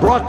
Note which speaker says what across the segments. Speaker 1: brought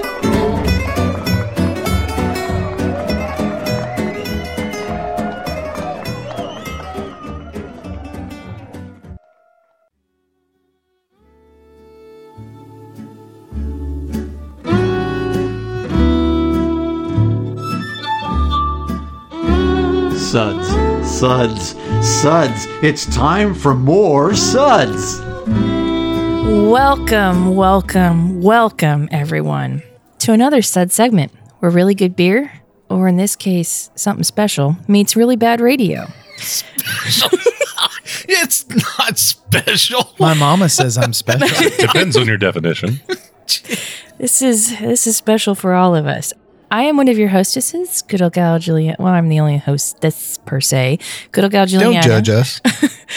Speaker 1: Suds, suds, suds. It's time for more suds.
Speaker 2: Welcome, welcome, welcome, everyone, to another stud segment where really good beer, or in this case, something special, meets really bad radio.
Speaker 3: It's not special.
Speaker 4: My mama says I'm special.
Speaker 5: Depends on your definition.
Speaker 2: This is this is special for all of us. I am one of your hostesses, good old gal Julia. Well, I'm the only hostess per se. Good old gal Juliana.
Speaker 4: Don't judge us.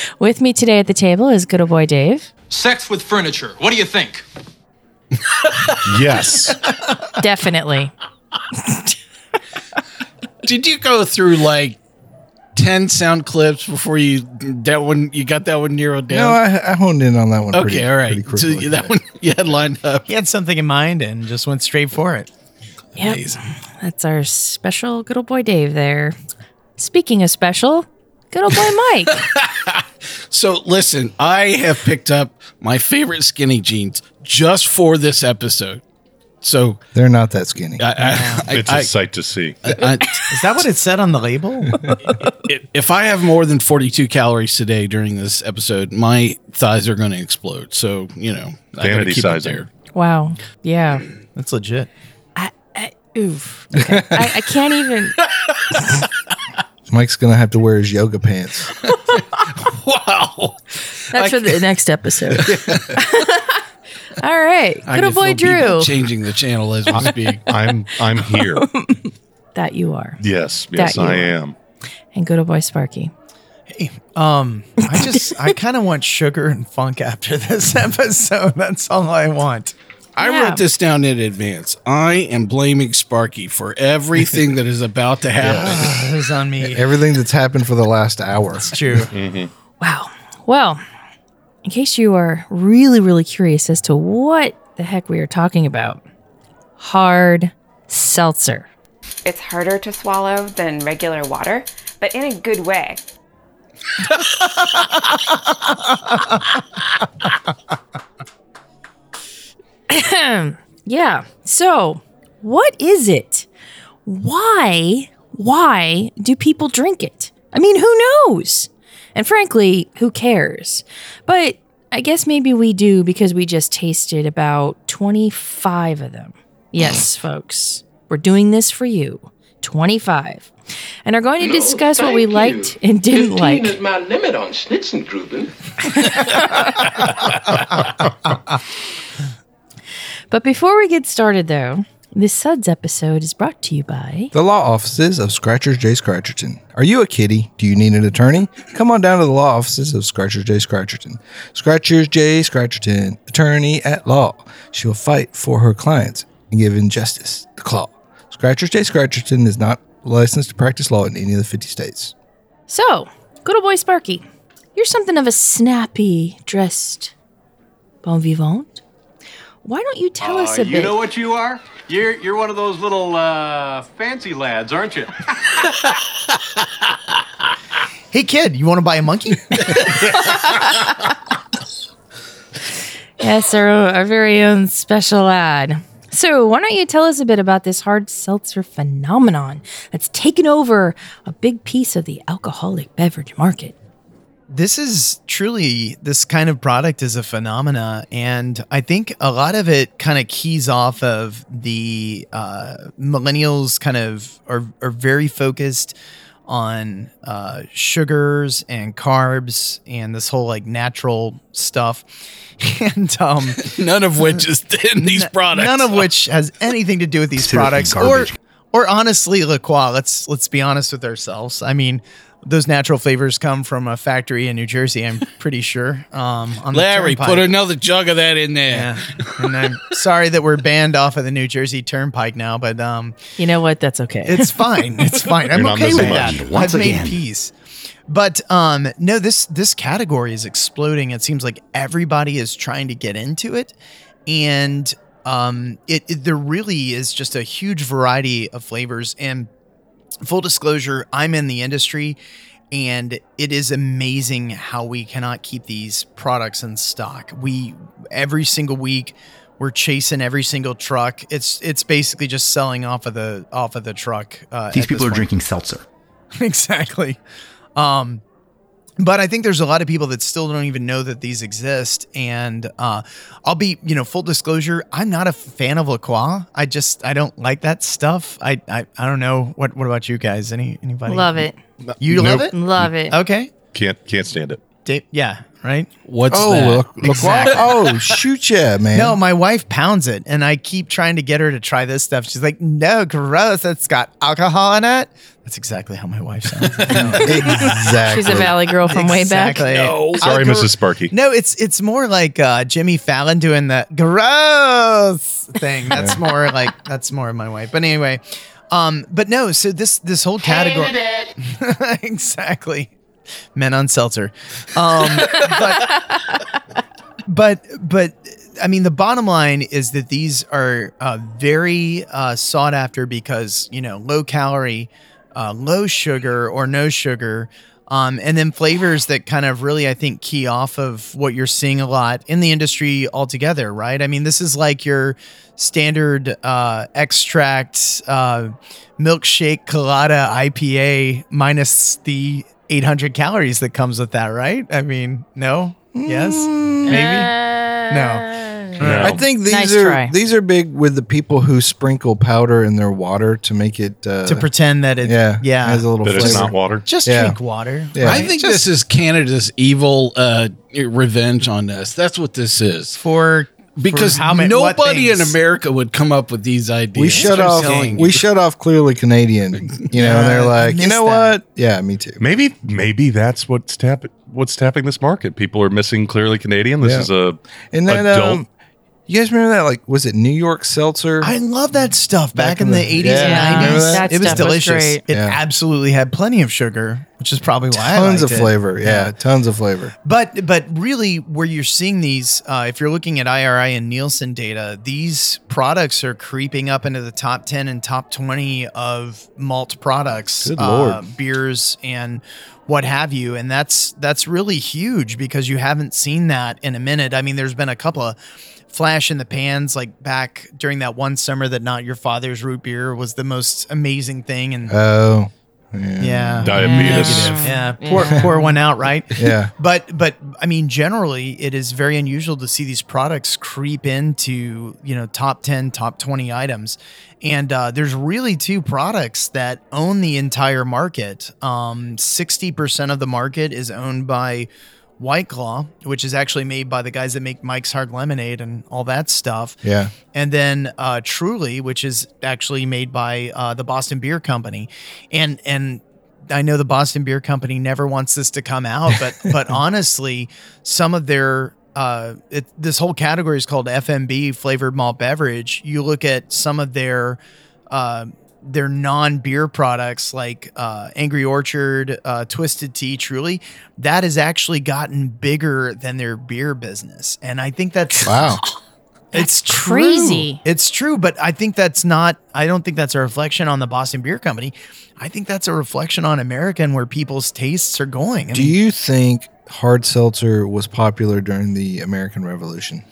Speaker 2: With me today at the table is good old boy Dave,
Speaker 6: Sex with furniture. What do you think?
Speaker 5: Yes.
Speaker 2: definitely.
Speaker 3: Did you go through like ten sound clips before you that one? You got that one narrowed
Speaker 7: No,
Speaker 3: down.
Speaker 7: I, I honed in on that one.
Speaker 3: okay,
Speaker 7: pretty,
Speaker 3: all
Speaker 7: pretty
Speaker 3: right. So
Speaker 7: quickly.
Speaker 3: you- that one you had lined up.
Speaker 4: He had something in mind and just went straight for it.
Speaker 2: Yep. That's our special good old boy Dave there. Speaking of special, good old boy Mike.
Speaker 3: So listen, I have picked up my favorite skinny jeans just for this episode. So
Speaker 7: They're not that skinny.
Speaker 3: I, I,
Speaker 5: It's
Speaker 3: I,
Speaker 5: a sight to see.
Speaker 3: I, I,
Speaker 4: Is that what it said on the label?
Speaker 3: if I have more than 42 calories today during this episode, my thighs are going to explode. So, you know, I gotta
Speaker 5: Vanity
Speaker 3: keep it
Speaker 5: sizing.
Speaker 2: wow. Yeah.
Speaker 4: That's legit.
Speaker 2: I, I oof. Okay. I, I can't even.
Speaker 7: Mike's gonna have to wear his yoga pants.
Speaker 3: Wow.
Speaker 2: That's for the next episode. All right. Good
Speaker 3: I can
Speaker 2: old boy
Speaker 3: feel people
Speaker 2: Drew.
Speaker 3: Changing the channel as we speak.
Speaker 5: I'm I'm here.
Speaker 2: That you are.
Speaker 5: Yes, yes,
Speaker 2: you
Speaker 5: I
Speaker 2: are.
Speaker 5: am.
Speaker 2: And good old boy Sparky.
Speaker 4: Um, I just I kind of want sugar and funk after this episode. That's all I want.
Speaker 3: I
Speaker 2: Yeah.
Speaker 3: wrote this down in advance. I am blaming Sparky for everything that is about to happen.
Speaker 4: It was on me.
Speaker 7: Everything that's happened for the last hour.
Speaker 4: It's true.
Speaker 2: Wow. Well, in case you are really, really curious as to what the heck we are talking about, hard seltzer.
Speaker 8: It's harder to swallow than regular water, but in a good way.
Speaker 2: Yeah. So, what is it? Why? Why do people drink it? I mean, who knows? And frankly, who cares? But I guess maybe we do because we just tasted about 25 of them. Yes, folks. We're doing this for you. 25. And are going to discuss what we liked and didn't like.
Speaker 9: is my limit on Schnitzengruben.
Speaker 2: But before we get started though, this Suds episode is brought to you by
Speaker 7: The law offices of Scratcher J. Scratcherton. Are you a kitty? Do you need an attorney? Come on down to the law offices of Scratcher J. Scratcherton. Scratcher J. Scratcherton, attorney at law. She will fight for her clients and give injustice the claw. Scratcher J. Scratcherton is not licensed to practice law in any of the 50 states.
Speaker 2: So, good old boy Sparky, you're something of a snappy dressed bon vivant. Why don't you tell us a
Speaker 9: you
Speaker 2: bit?
Speaker 9: know what you are? You're you're one of those little uh, fancy lads, aren't you?
Speaker 4: Hey kid, you want to buy a monkey?
Speaker 2: yes, our, our very own special ad. So, why don't you tell us a bit about this hard seltzer phenomenon that's taken over a big piece of the alcoholic beverage market?
Speaker 4: this is truly this kind of product is a phenomena and i think a lot of it kind of keys off of the uh, millennials kind of are, are very focused on uh, sugars and carbs and this whole like natural stuff and um
Speaker 3: None of which is in these products.
Speaker 4: None of which has anything to do with these
Speaker 7: Consider it
Speaker 4: products, or
Speaker 7: garbage.
Speaker 4: or honestly, LaCroix. Let's let's be honest with ourselves. I mean, those natural flavors come from a factory in New Jersey. I'm pretty sure. Um, on the
Speaker 3: Larry,
Speaker 4: turnpike.
Speaker 3: put another jug of that in there.
Speaker 4: Yeah. and I'm sorry that we're banned off of the New Jersey Turnpike now, but um,
Speaker 2: You know what? That's okay.
Speaker 4: it's fine. It's fine. I'm
Speaker 5: You're not
Speaker 4: okay with
Speaker 5: missing
Speaker 4: that.
Speaker 5: much.
Speaker 1: Once
Speaker 4: I've
Speaker 1: again.
Speaker 4: made peace. But um, no, this this category is exploding. It seems like everybody is trying to get into it, and um, it, it there really is just a huge variety of flavors. And full disclosure, I'm in the industry, and it is amazing how we cannot keep these products in stock. We every single week we're chasing every single truck. It's it's basically just selling off of the off of the truck.
Speaker 10: These
Speaker 4: Uh, at this
Speaker 10: people are
Speaker 4: point.
Speaker 10: drinking seltzer.
Speaker 4: exactly. Um, but I think there's a lot of people that still don't even know that these exist. And uh, I'll be, you know, full disclosure, I'm not a fan of LaCroix. I just I don't like that stuff. I I, I don't know. What what about you guys? Any anybody?
Speaker 2: love it.
Speaker 4: You
Speaker 5: Nope.
Speaker 4: love it?
Speaker 2: Love it.
Speaker 4: Okay.
Speaker 5: Can't can't stand it.
Speaker 4: Da- yeah. Right.
Speaker 3: What's that?
Speaker 7: Oh, look, look what- oh, shoot, yeah, man.
Speaker 4: No, my wife pounds it, and I keep trying to get her to try this stuff. She's like, "No, gross! That's got alcohol in it." That's exactly how my wife sounds.
Speaker 7: exactly.
Speaker 2: She's a valley girl from way back.
Speaker 4: No.
Speaker 5: Sorry, Mrs. Sparky.
Speaker 4: No, it's it's more like uh, Jimmy Fallon doing the gross thing. That's more like that's more my way. But anyway, um, but no, so this this whole category exactly men on seltzer. Um, but but but I mean, the bottom line is that these are uh, very uh, sought after because you know low calorie, uh, low sugar or no sugar. Um, and then flavors that kind of really, I think, key off of what you're seeing a lot in the industry altogether, right? I mean, this is like your standard uh, extract uh, milkshake colada IPA minus the 800 calories that comes with that, right? I mean, no, yes, maybe, no.
Speaker 5: No.
Speaker 7: I think these
Speaker 2: Nice
Speaker 7: are
Speaker 2: try.
Speaker 7: these are big with the people who sprinkle powder in their water to make it uh,
Speaker 4: to pretend that it
Speaker 7: yeah
Speaker 4: yeah, yeah.
Speaker 7: has a little
Speaker 5: But it's
Speaker 7: flavor.
Speaker 5: not water.
Speaker 4: just
Speaker 7: Yeah.
Speaker 4: drink water.
Speaker 7: Yeah.
Speaker 4: right?
Speaker 3: I think this is Canada's evil uh, revenge on us. That's what this is.
Speaker 4: for
Speaker 3: Because
Speaker 4: for how many- what
Speaker 3: nobody in
Speaker 4: things?
Speaker 3: America would come up with these ideas.
Speaker 7: we shut
Speaker 3: That's what I'm
Speaker 7: off
Speaker 3: saying.
Speaker 7: we shut off clearly Canadian, you know, and
Speaker 4: Yeah,
Speaker 7: they're
Speaker 4: I
Speaker 7: like, you
Speaker 4: miss
Speaker 7: know
Speaker 4: that.
Speaker 7: what? Yeah, me too.
Speaker 5: Maybe maybe that's what's tapping what's tapping this market. People are missing clearly Canadian. This
Speaker 7: Yeah.
Speaker 5: is a
Speaker 7: And then
Speaker 5: adult.
Speaker 7: um, you guys remember that like was it New York seltzer?
Speaker 4: I love that stuff back, in the 80s
Speaker 7: yeah,
Speaker 4: and 90s.
Speaker 7: remember that?
Speaker 2: That
Speaker 4: it was
Speaker 2: stuff was
Speaker 4: delicious.
Speaker 2: great.
Speaker 4: It
Speaker 7: Yeah.
Speaker 4: absolutely had plenty of sugar, which is probably why I
Speaker 7: tons
Speaker 4: liked
Speaker 7: of
Speaker 4: it.
Speaker 7: flavor. Yeah, tons of flavor.
Speaker 4: But but really, where you're seeing these, uh, if you're looking at IRI and Nielsen data, these products are creeping up into the top ten and top twenty of malt products,
Speaker 7: Good
Speaker 4: uh,
Speaker 7: lord.
Speaker 4: beers, and what have you. And that's that's really huge because you haven't seen that in a minute. I mean, there's been a couple of flash in the pans like back during that one summer that not your father's root beer was the most amazing thing and
Speaker 7: Oh,
Speaker 4: yeah
Speaker 5: diabetes.
Speaker 4: yeah, pour, pour one out, right?
Speaker 7: Yeah.
Speaker 4: But but I mean, generally, it is very unusual to see these products creep into you know top ten, top twenty items, and uh, there's really two products that own the entire market. Um, Sixty percent of the market is owned by White Claw, which is actually made by the guys that make Mike's Hard Lemonade and all that stuff.
Speaker 7: Yeah.
Speaker 4: And then uh, Truly, which is actually made by uh, the Boston Beer Company, and and I know the Boston Beer Company never wants this to come out, but but honestly, some of their uh, it, this whole category is called FMB flavored malt beverage. You look at some of their uh, their non beer products like uh, Angry Orchard, uh, Twisted Tea, Truly, that has actually gotten bigger than their beer business, and I think that's
Speaker 7: Wow.
Speaker 4: it's true.
Speaker 2: crazy.
Speaker 4: It's true, but I think that's not. I don't think that's a reflection on the Boston Beer Company. I think that's a reflection on America and where people's tastes are going. I
Speaker 7: Do
Speaker 4: mean,
Speaker 7: you think hard seltzer was popular during the American Revolution?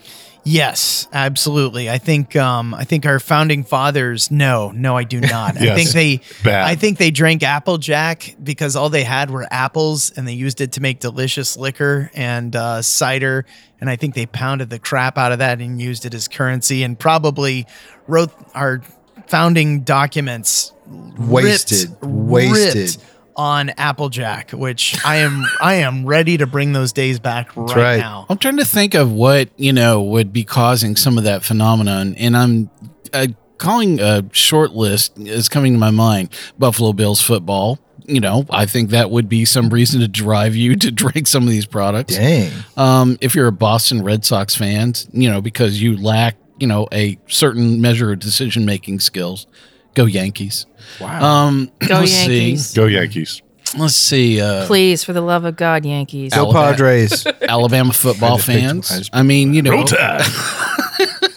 Speaker 4: yes, absolutely. I think. Um, I think our founding fathers. No, no, I do not. I
Speaker 5: Yes.
Speaker 4: think they.
Speaker 5: Bad.
Speaker 4: I think they drank Applejack because all they had were apples, and they used it to make delicious liquor and uh, cider. And I think they pounded the crap out of that and used it as currency, and probably wrote our founding documents
Speaker 7: Wasted,
Speaker 4: ripped-
Speaker 7: wasted.
Speaker 4: ripped on Applejack, which I am I am ready to bring those days back right,
Speaker 7: right.
Speaker 4: now.
Speaker 3: I'm trying to think of what you know would be causing some of that phenomenon, and I'm uh, calling a short list is coming to my mind. Buffalo Bills football. you know, I think that would be some reason to drive you to drink some of these products.
Speaker 7: Dang.
Speaker 3: Um, if you're a Boston Red Sox fan, you know, because you lack, you know, a certain measure of decision making skills, go Yankees. Wow. Um,
Speaker 2: Go
Speaker 3: let's
Speaker 2: Yankees.
Speaker 7: Um,
Speaker 5: Go Yankees.
Speaker 3: see. Let's see. Uh,
Speaker 2: Please, for the love of God, Yankees.
Speaker 7: Go
Speaker 3: Alabama.
Speaker 7: Padres.
Speaker 3: Alabama football
Speaker 7: just picked- I
Speaker 3: fans.
Speaker 7: just
Speaker 3: I mean, you know,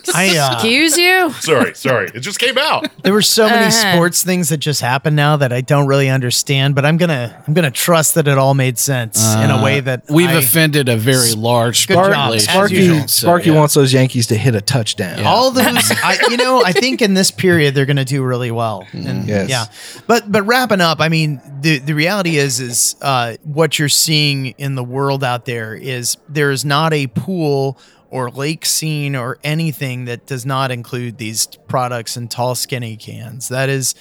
Speaker 4: I, uh,
Speaker 2: Excuse you?
Speaker 5: sorry, sorry. It just came out.
Speaker 4: There were so many
Speaker 2: Uh-huh.
Speaker 4: sports things that just happened now that I don't really understand, but I'm gonna I'm gonna trust that it all made sense in
Speaker 7: Uh,
Speaker 4: a way that
Speaker 3: Uh, we've
Speaker 4: I-
Speaker 3: offended a very large
Speaker 4: Good job.
Speaker 3: population.
Speaker 4: Sparky-
Speaker 3: you know,
Speaker 7: Sparky,
Speaker 3: so,
Speaker 7: Sparky
Speaker 3: yeah.
Speaker 7: wants those Yankees to hit a touchdown.
Speaker 4: all those. I, you know, I think in this period they're gonna do really well. And,
Speaker 7: Mm, Yes.
Speaker 4: Yeah. But but wrapping up, I mean, the the reality is is uh, what you're seeing in the world out there is there is not a pool or lake scene or anything that does not include these products in tall skinny cans. That is.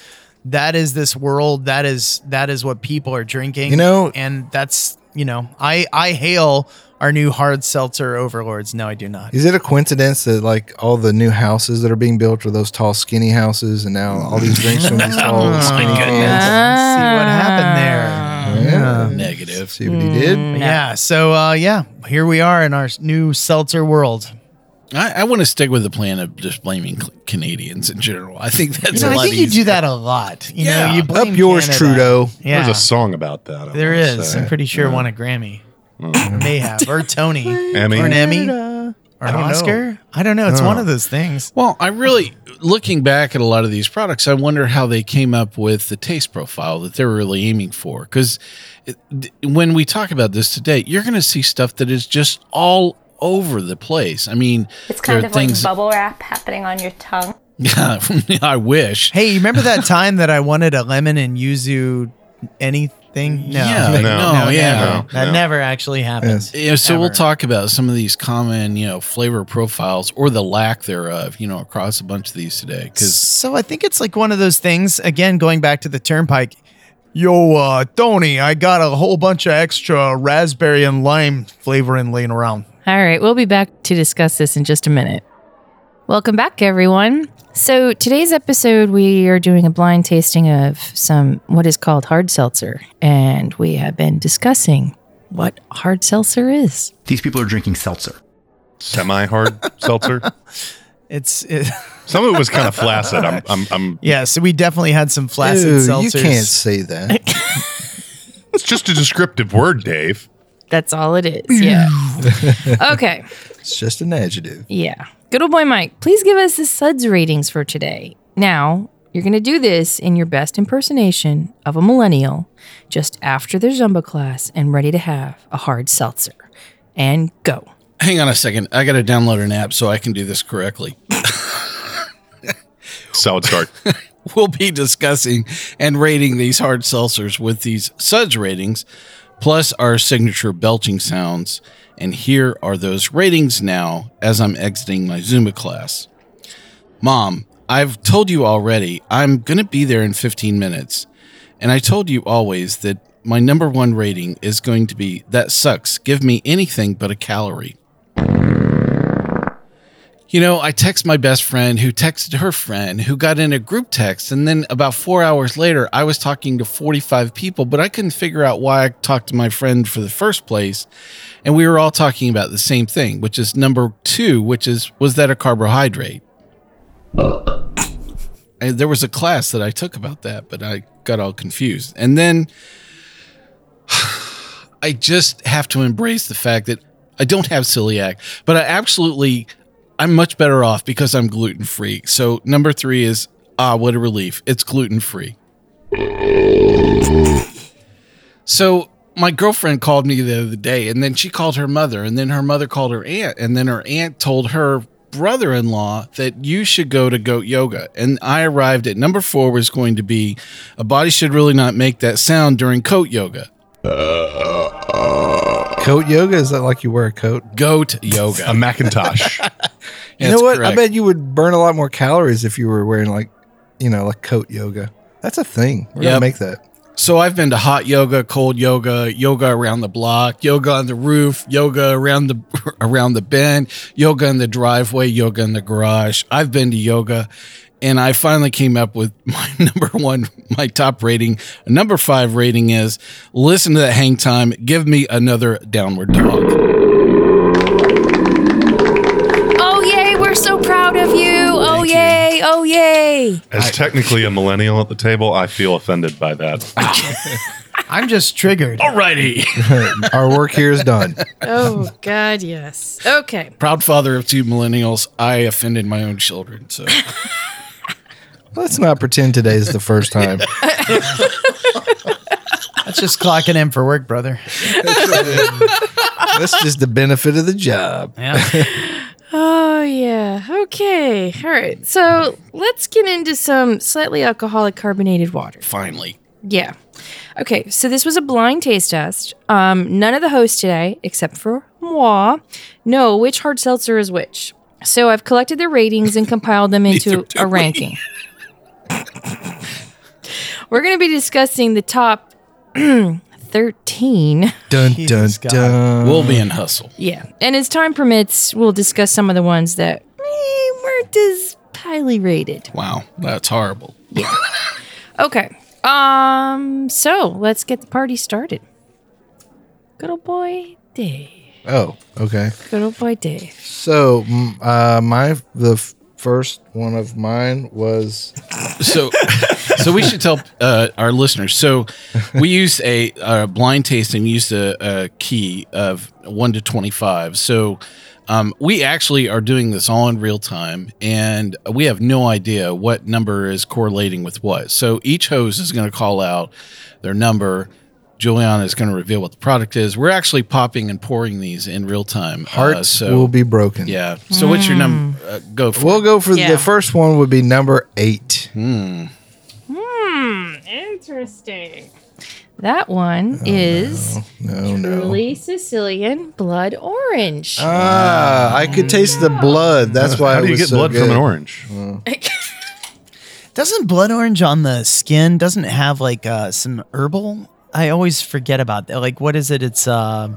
Speaker 4: That is this world. That is that is what people are drinking.
Speaker 7: You know-
Speaker 4: and that's you know, I I hail our new hard seltzer overlords. No, I do not.
Speaker 7: Is it a coincidence that like all the new houses that are being built are those tall, skinny houses, and now all these drinks from these
Speaker 3: Oh,
Speaker 7: tall,
Speaker 4: Oh,
Speaker 7: skinny cans?
Speaker 4: See what happened there.
Speaker 7: Ah. Yeah.
Speaker 3: negative.
Speaker 7: See what he did?
Speaker 4: Yeah. So uh, yeah, here we are in our s- new seltzer world.
Speaker 3: I, I want to stick with the plan of just blaming Cl- Canadians in general. I think
Speaker 4: You
Speaker 3: that's
Speaker 4: know,
Speaker 3: a
Speaker 4: I
Speaker 3: lot
Speaker 4: think you
Speaker 3: easier.
Speaker 4: do that a lot. You
Speaker 3: Yeah.
Speaker 4: know, you blame
Speaker 7: Up yours,
Speaker 4: Canada.
Speaker 7: Trudeau.
Speaker 4: Yeah,
Speaker 5: There's a song about that. I
Speaker 4: there
Speaker 5: wanna
Speaker 4: is.
Speaker 5: say.
Speaker 4: I'm pretty sure won a Grammy. May have or Tony
Speaker 5: Emmy.
Speaker 4: or an Emmy or an Oscar. I don't know. It's one of those things.
Speaker 3: Well, I really looking back at a lot of these products, I wonder how they came up with the taste profile that they were really aiming for. Because when we talk about this today, you're going to see stuff that is just all over the place. I mean,
Speaker 8: It's kind
Speaker 3: there are
Speaker 8: of
Speaker 3: things.
Speaker 8: like bubble wrap happening on your tongue.
Speaker 3: I wish.
Speaker 4: Hey, you remember that time that I wanted a lemon and yuzu anything? No,
Speaker 3: Yeah, no, yeah.
Speaker 4: never. that
Speaker 5: no.
Speaker 4: never actually happened.
Speaker 3: Yeah, so we'll
Speaker 4: Ever.
Speaker 3: talk about some of these common, you know, flavor profiles or the lack thereof, you know, across a bunch of these today. Because
Speaker 4: So I think it's like one of those things, again, going back to the turnpike. Yo, uh, Tony, I got a whole bunch of extra raspberry and lime flavoring laying around.
Speaker 2: All right, we'll be back to discuss this in just a minute. Welcome back, everyone. So, today's episode, we are doing a blind tasting of some what is called hard seltzer, and we have been discussing what hard seltzer is.
Speaker 9: These people are drinking seltzer.
Speaker 5: Semi hard seltzer.
Speaker 4: It's it,
Speaker 5: Some of it was kind of flaccid. I'm, I'm, I'm.
Speaker 4: yeah. So we definitely had some flaccid
Speaker 7: Dude,
Speaker 4: seltzers.
Speaker 7: you can't say that.
Speaker 5: It's just a descriptive word, Dave.
Speaker 2: That's all it is. Yeah. okay.
Speaker 7: It's just an adjective.
Speaker 2: Yeah. Good old boy Mike, please give us the suds ratings for today. Now, you're going to do this in your best impersonation of a millennial just after their Zumba class and ready to have a hard seltzer. And go.
Speaker 3: hang on a second, I got to download an app so I can do this correctly.
Speaker 5: Solid start.
Speaker 3: we'll be discussing and rating these hard seltzers with these suds ratings, plus our signature belching sounds. And here are those ratings now as I'm exiting my Zumba class. Mom, I've told you already, I'm going to be there in 15 minutes. And I told you always that my number one rating is going to be that sucks. Give me anything but a calorie. You know, I text my best friend who texted her friend who got in a group text. And then about four hours later, I was talking to 45 people, but I couldn't figure out why I talked to my friend for the first place. And we were all talking about the same thing, which is number two, which is, was that a carbohydrate? And there was a class that I took about that, but I got all confused. And then I just have to embrace the fact that I don't have celiac, but I absolutely I'm much better off because I'm gluten free. So number three is ah, what a relief! It's gluten free. So my girlfriend called me the other day, and then she called her mother, and then her mother called her aunt, and then her aunt told her brother-in-law that you should go to goat yoga. And I arrived at number four was going to be a body should really not make that sound during coat yoga.
Speaker 7: Coat yoga? Is that like you wear a coat?
Speaker 3: Goat
Speaker 5: A
Speaker 3: yoga.
Speaker 5: Macintosh.
Speaker 7: You know what? I
Speaker 3: correct.
Speaker 7: bet you would burn a lot more calories if you were wearing like, you know, like coat yoga. That's a thing. We're
Speaker 3: Yep.
Speaker 7: gonna make that.
Speaker 3: So I've been to hot yoga, cold yoga, yoga around the block, yoga on the roof, yoga around the around the bend, yoga in the driveway, yoga in the garage. I've been to yoga and I finally came up with my number one, my top rating. Number five rating is listen to that hang time, give me another downward dog.
Speaker 2: Oh, yay. We're so proud of you. Oh,
Speaker 3: Thank you.
Speaker 2: yay. Oh, yay.
Speaker 5: As technically a millennial at the table, I feel offended by that.
Speaker 4: I'm just triggered.
Speaker 3: Alrighty.
Speaker 7: Our work here is done.
Speaker 2: Oh, God, yes. Okay.
Speaker 3: Proud father of two millennials, I offended my own children. So
Speaker 7: Let's not pretend today's the first time.
Speaker 4: That's just clocking in for work, brother.
Speaker 7: That's just the benefit of the job.
Speaker 4: Yeah.
Speaker 2: Oh, yeah. Okay. All right. So let's get into some slightly alcoholic carbonated water.
Speaker 3: finally.
Speaker 2: Yeah. Okay, so this was a blind taste test. Um, none of the hosts today, except for moi, know which hard seltzer is which. So I've collected their ratings and compiled them into a ranking. We're going to be discussing the top 13.
Speaker 7: Dun dun
Speaker 4: Jesus, God.
Speaker 7: dun.
Speaker 3: We'll be in hustle.
Speaker 2: Yeah. And as time permits, we'll discuss some of the ones that eh, weren't as highly rated.
Speaker 3: Wow, that's horrible.
Speaker 2: Okay. Um, so let's get the party started. Good old boy Dave.
Speaker 7: Oh, okay.
Speaker 2: Good old boy Dave.
Speaker 7: So, mm, uh, my the f- first one of mine was
Speaker 3: So, so we should tell uh, our listeners. So, we used a, uh blind tasting used a, a key of one to twenty five. So, um, we actually are doing this all in real time, and we have no idea what number is correlating with what. So, each host is going to call out their number. Juliana is going to reveal what the product is. We're actually popping and pouring these in real time. Uh,
Speaker 7: hearts will be Mm. broken.
Speaker 3: Yeah. So, what's your number? Uh, go for
Speaker 7: We'll
Speaker 3: it.
Speaker 7: go for
Speaker 2: Yeah.
Speaker 7: the first one would be number eight.
Speaker 5: Hmm?
Speaker 2: Interesting. That one
Speaker 4: Oh,
Speaker 2: is
Speaker 7: No, no.
Speaker 2: truly Sicilian blood orange.
Speaker 4: Uh,
Speaker 7: Ah, I could taste the blood. That's why
Speaker 5: How
Speaker 7: it
Speaker 5: do you
Speaker 7: was
Speaker 5: get
Speaker 7: so
Speaker 5: blood from
Speaker 7: good.
Speaker 5: an orange?
Speaker 4: Doesn't blood orange on the skin doesn't it have like uh, some herbal? I always forget about that. Like, what is it? It's uh,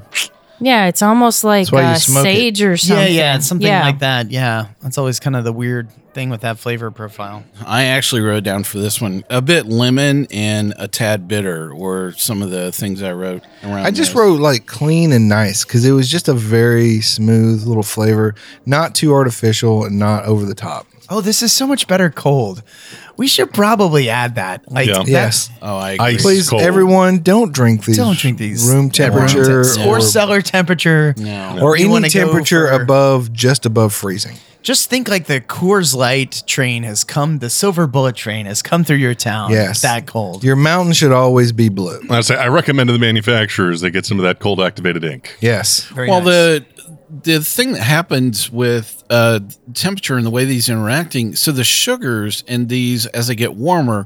Speaker 2: yeah, it's almost like
Speaker 7: why you
Speaker 2: uh,
Speaker 7: smoke it.
Speaker 2: sage or something.
Speaker 4: yeah, yeah, it's something
Speaker 2: Yeah.
Speaker 4: like that. Yeah, that's always kind of the weird thing with that flavor profile.
Speaker 3: I actually wrote down for this one a bit lemon and a tad bitter were some of the things I wrote around.
Speaker 7: I just
Speaker 3: this.
Speaker 7: wrote like clean and nice because it was just a very smooth little flavor, not too artificial and not over the top.
Speaker 4: Oh, this is so much better cold. We should probably add that. Like,
Speaker 5: Yeah.
Speaker 4: that's-
Speaker 7: Yes.
Speaker 3: Oh, I agree.
Speaker 5: Ice.
Speaker 7: Please,
Speaker 5: cold.
Speaker 7: everyone, don't drink these.
Speaker 4: Don't drink these.
Speaker 7: Room temperature
Speaker 4: or,
Speaker 7: or,
Speaker 4: cellar temperature.
Speaker 3: No.
Speaker 7: or
Speaker 4: You wanna
Speaker 7: any
Speaker 4: go
Speaker 7: temperature
Speaker 4: for-
Speaker 7: above just above freezing.
Speaker 4: Just think like the Coors Light train has come, the silver bullet train has come through your town.
Speaker 7: Yes.
Speaker 4: That cold.
Speaker 7: Your mountain should always be blue.
Speaker 5: I say I recommend to the manufacturers they get some of that cold activated ink.
Speaker 7: Yes.
Speaker 4: Very
Speaker 3: Well,
Speaker 4: nice.
Speaker 3: the the thing that happens with uh, temperature and the way these interacting, so the sugars in these as they get warmer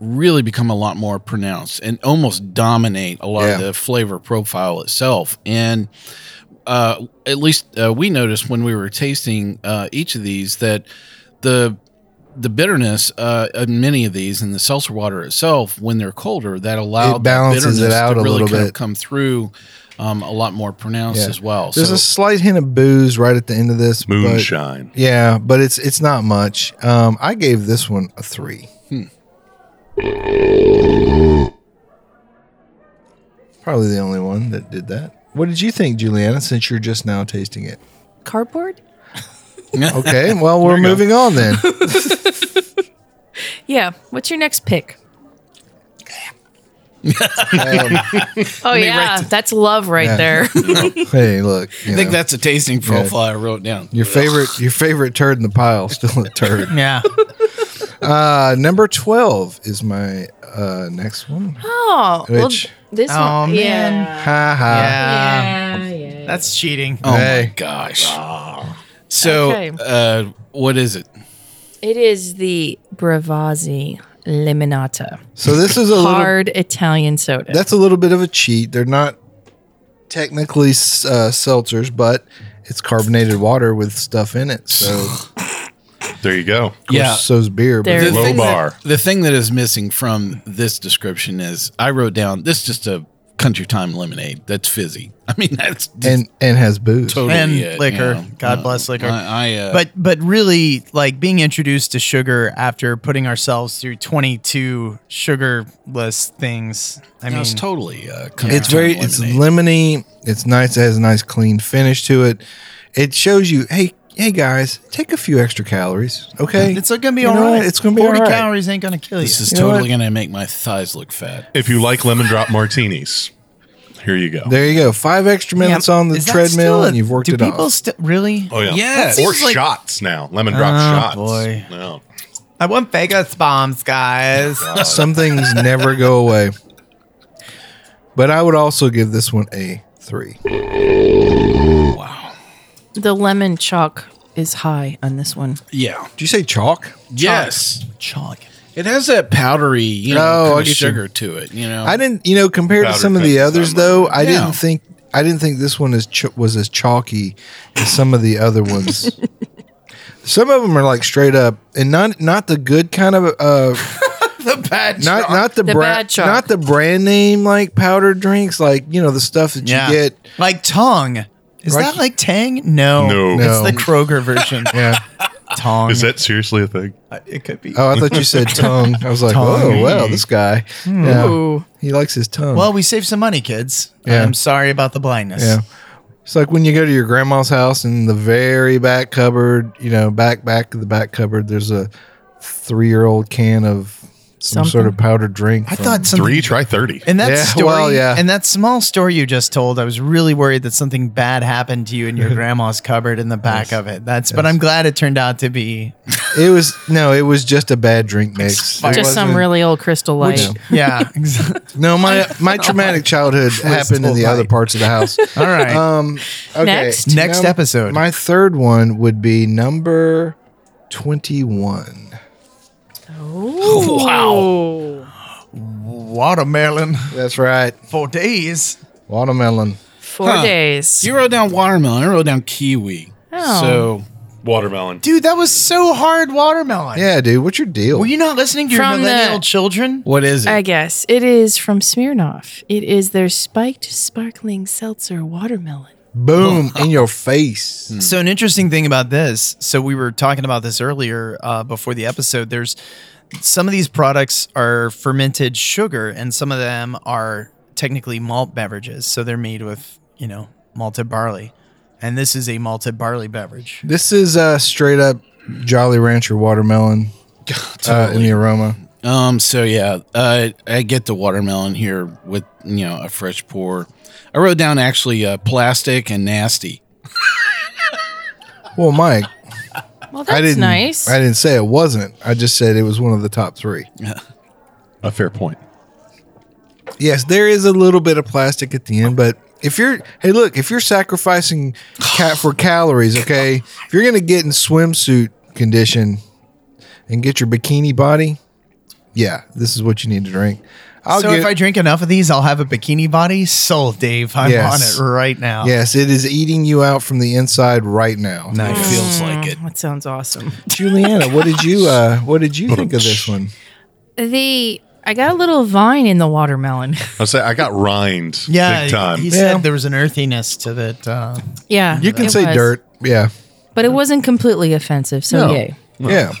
Speaker 3: really become a lot more pronounced and almost dominate a lot of
Speaker 7: Yeah.
Speaker 3: the flavor profile itself. And uh, at least uh, we noticed when we were tasting uh, each of these that the the bitterness uh, of many of these and the seltzer water itself, when they're colder, that allowed that
Speaker 7: balances it
Speaker 3: bitterness
Speaker 7: out
Speaker 3: to
Speaker 7: a
Speaker 3: really
Speaker 7: little
Speaker 3: kind of
Speaker 7: bit.
Speaker 3: come through um, a lot more pronounced
Speaker 7: Yeah.
Speaker 3: as well.
Speaker 7: There's
Speaker 3: so
Speaker 7: a slight hint of booze right at the end of this. but-
Speaker 5: Moonshine.
Speaker 7: yeah, but it's it's not much. Um, I gave this one a three.
Speaker 3: Hmm.
Speaker 7: Probably the only one that did that. What did you think, Juliana? Since you're just now tasting it.
Speaker 2: Cardboard?
Speaker 7: Okay, well we're moving on then.
Speaker 2: Yeah. What's your next pick?
Speaker 7: Um,
Speaker 2: Oh, yeah. That's love right
Speaker 7: Yeah.
Speaker 2: there.
Speaker 7: hey, look. you
Speaker 3: I think
Speaker 7: know,
Speaker 3: that's a tasting profile I wrote down.
Speaker 7: your favorite your favorite turd in the pile, still a turd.
Speaker 4: yeah.
Speaker 7: Uh, number twelve is my uh, next one.
Speaker 2: oh, well,
Speaker 7: Which-
Speaker 2: this
Speaker 4: Oh,
Speaker 2: one.
Speaker 4: man.
Speaker 7: Ha ha.
Speaker 4: yeah.
Speaker 2: Yeah. yeah, yeah.
Speaker 4: That's cheating.
Speaker 3: Oh
Speaker 7: Hey.
Speaker 3: my gosh. Ah. So,
Speaker 2: Okay.
Speaker 3: uh, what is it?
Speaker 2: It is the Bravazzi Limonata.
Speaker 7: So this is a little
Speaker 2: Hard Italian soda.
Speaker 7: that's a little bit of a cheat. They're not technically uh, seltzers, but it's carbonated water with stuff in it. So
Speaker 5: There you go.
Speaker 3: Yeah.
Speaker 7: So's beer, but
Speaker 2: There-
Speaker 3: The
Speaker 5: Low
Speaker 3: thing,
Speaker 5: bar.
Speaker 3: That, the thing that is missing from this description is I wrote down this is just a country time lemonade that's fizzy. I mean that's just
Speaker 7: and and has booze.
Speaker 3: totally
Speaker 4: and
Speaker 3: it,
Speaker 4: liquor.
Speaker 3: you know.
Speaker 4: God
Speaker 3: Uh,
Speaker 4: bless liquor.
Speaker 3: I, I uh,
Speaker 4: but but really, like being introduced to sugar after putting ourselves through twenty two sugarless things. I
Speaker 3: I
Speaker 4: mean,
Speaker 3: was totally uh, country
Speaker 7: It's
Speaker 3: time
Speaker 7: very it's
Speaker 3: lemonade.
Speaker 7: lemony. It's nice. It has a nice clean finish to it. It shows you, hey, hey guys, take a few extra calories, okay?
Speaker 4: it's gonna be
Speaker 7: You
Speaker 4: all
Speaker 7: know what?
Speaker 4: right.
Speaker 7: It's gonna be
Speaker 4: forty
Speaker 7: all right.
Speaker 4: calories ain't gonna kill you.
Speaker 3: This is
Speaker 7: You know
Speaker 3: totally
Speaker 7: what?
Speaker 3: going to make my thighs look fat.
Speaker 5: If you like lemon drop martinis, here you go.
Speaker 7: There you go. Five extra minutes on the
Speaker 4: Is that
Speaker 7: treadmill,
Speaker 4: still a-
Speaker 7: and you've worked
Speaker 4: do
Speaker 7: it
Speaker 4: people
Speaker 7: off.
Speaker 4: sti- really?
Speaker 5: Oh yeah,
Speaker 3: Yes.
Speaker 5: Or
Speaker 3: Seems like-
Speaker 5: shots now, lemon drop
Speaker 4: Oh,
Speaker 7: Ah,
Speaker 5: shots.
Speaker 4: boy.
Speaker 5: No.
Speaker 4: I want Vegas bombs, guys.
Speaker 7: Some things never go away. But I would also give this one a three.
Speaker 2: The lemon chalk is high on this one.
Speaker 3: Yeah.
Speaker 7: Did you say chalk?
Speaker 3: Yes.
Speaker 4: Chalk.
Speaker 3: It has that powdery, you
Speaker 7: Oh,
Speaker 3: know,
Speaker 7: I
Speaker 3: kind of
Speaker 7: get you.
Speaker 3: sugar to it, you know.
Speaker 7: I didn't, you know, compared to
Speaker 5: Powdered
Speaker 7: some of the
Speaker 5: things,
Speaker 7: others,
Speaker 5: I'm-
Speaker 7: though, I
Speaker 3: Yeah.
Speaker 7: didn't think I didn't think this one is ch- was as chalky as some of the other ones. some of them are like straight up, and not not the good kind of uh,
Speaker 3: the bad
Speaker 7: not not the,
Speaker 2: The
Speaker 7: brand
Speaker 2: bad chalk.
Speaker 7: not the brand name like powdered drinks, like you know the stuff that
Speaker 4: Yeah.
Speaker 7: you get.
Speaker 4: Like Tong. Is
Speaker 7: Right.
Speaker 4: that like Tang? No.
Speaker 5: No.
Speaker 7: No.
Speaker 4: It's the Kroger version.
Speaker 7: Yeah.
Speaker 4: Tong. Uh,
Speaker 5: Is that seriously a thing?
Speaker 4: it could be.
Speaker 7: Oh, I thought you said tongue. I was like,
Speaker 4: Tongue. Hmm.
Speaker 7: oh wow, this guy. Yeah.
Speaker 2: Ooh.
Speaker 7: He likes his tongue.
Speaker 4: Well, we saved some money, kids.
Speaker 7: Yeah.
Speaker 4: I'm sorry about the blindness.
Speaker 7: Yeah. It's like when you go to your grandma's house in the very back cupboard, you know, back back of the back cupboard, there's a three year old can of some sort of powdered drink.
Speaker 4: I
Speaker 7: from-
Speaker 4: thought something.
Speaker 5: Three, try thirty.
Speaker 4: And that
Speaker 7: Yeah,
Speaker 4: story,
Speaker 7: well, yeah.
Speaker 4: and that small story you just told, I was really worried that something bad happened to you in your grandma's cupboard in the back of it. That's, but I'm glad it turned out to be,
Speaker 7: it was no, it was just a bad drink mix. It
Speaker 2: Just some
Speaker 7: wasn't-
Speaker 2: really old crystal light.
Speaker 4: yeah. exa-
Speaker 7: No, my my traumatic childhood happened in the other parts of the house.
Speaker 4: All right.
Speaker 7: Um okay.
Speaker 2: Next.
Speaker 4: Next episode.
Speaker 7: My third one would be number twenty one. Oh.
Speaker 2: Wow.
Speaker 4: Watermelon
Speaker 7: That's right.
Speaker 4: for days.
Speaker 7: Watermelon.
Speaker 2: Four
Speaker 3: Huh.
Speaker 2: days.
Speaker 3: You wrote down watermelon. I wrote down kiwi.
Speaker 2: Oh.
Speaker 3: So
Speaker 5: Watermelon.
Speaker 4: Dude, that was so hard watermelon.
Speaker 7: Yeah, dude, what's your deal?
Speaker 4: Were you not listening to your
Speaker 2: From the-
Speaker 4: millennial children?
Speaker 3: what is it?
Speaker 2: I guess it is from Smirnoff. It is their spiked sparkling seltzer watermelon.
Speaker 7: Boom in your face.
Speaker 4: So an interesting thing about this. So we were talking about this earlier uh, before the episode. There's some of these products are fermented sugar, and some of them are technically malt beverages. So they're made with you know malted barley, and this is a malted barley beverage.
Speaker 7: This is uh, straight up Jolly Rancher watermelon uh, in the aroma.
Speaker 3: Um. So yeah, uh, I get the watermelon here with you know a fresh pour. I wrote down actually uh, plastic and nasty.
Speaker 7: Well, Mike,
Speaker 2: Well, that's
Speaker 7: I didn't.
Speaker 2: nice.
Speaker 7: I didn't say it wasn't. I just said it was one of the top three.
Speaker 5: A fair point.
Speaker 7: Yes, there is a little bit of plastic at the end, but if you're hey, look, if you're sacrificing cat for calories, okay, if you're gonna get in swimsuit condition and get your bikini body, yeah, this is what you need to drink. I'll
Speaker 4: so
Speaker 7: give,
Speaker 4: if I drink enough of these, I'll have a bikini body. Sold, Dave. I'm
Speaker 7: Yes.
Speaker 4: on it right
Speaker 2: Oh.
Speaker 4: now.
Speaker 7: yes, it is eating you out from the inside right now.
Speaker 3: It feels like it.
Speaker 2: that sounds awesome.
Speaker 7: Juliana, what did you uh, what did you think of this one?
Speaker 2: The I got a little vine in the watermelon.
Speaker 5: I say I got rind
Speaker 4: Yeah,
Speaker 5: big time.
Speaker 4: he
Speaker 7: Yeah.
Speaker 4: said there was an earthiness to it. Uh,
Speaker 2: yeah,
Speaker 7: You can
Speaker 2: it
Speaker 7: say
Speaker 2: was.
Speaker 7: dirt. Yeah.
Speaker 2: but it wasn't completely offensive. So yay.
Speaker 7: Yeah.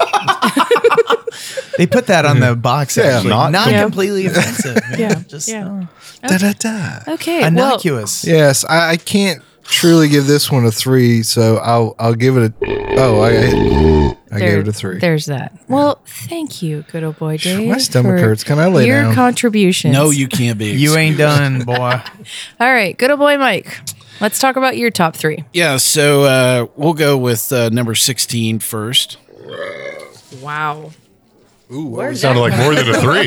Speaker 4: they put that on the box.
Speaker 7: Mm-hmm. Yeah.
Speaker 4: actually.
Speaker 5: Not
Speaker 4: not,
Speaker 2: Yeah.
Speaker 4: completely offensive.
Speaker 2: Yeah,
Speaker 4: just
Speaker 2: yeah.
Speaker 4: uh,
Speaker 7: da, da, da.
Speaker 2: Okay,
Speaker 4: innocuous.
Speaker 7: Yes, I, I can't truly give this one a three, so I'll I'll give it a oh I I
Speaker 2: well, there-
Speaker 7: gave it a three.
Speaker 2: There's that. Well, thank you, good old boy Dave.
Speaker 7: My
Speaker 2: for
Speaker 7: stomach hurts. Can I lay
Speaker 2: your
Speaker 7: down?
Speaker 2: contributions?
Speaker 3: No, you can't be.
Speaker 4: You ain't done, boy.
Speaker 2: All right, good old boy Mike. Let's talk about your top three.
Speaker 3: Yeah. So uh, we'll go with uh, number 16 first.
Speaker 2: Wow.
Speaker 5: Sounded like more than a three.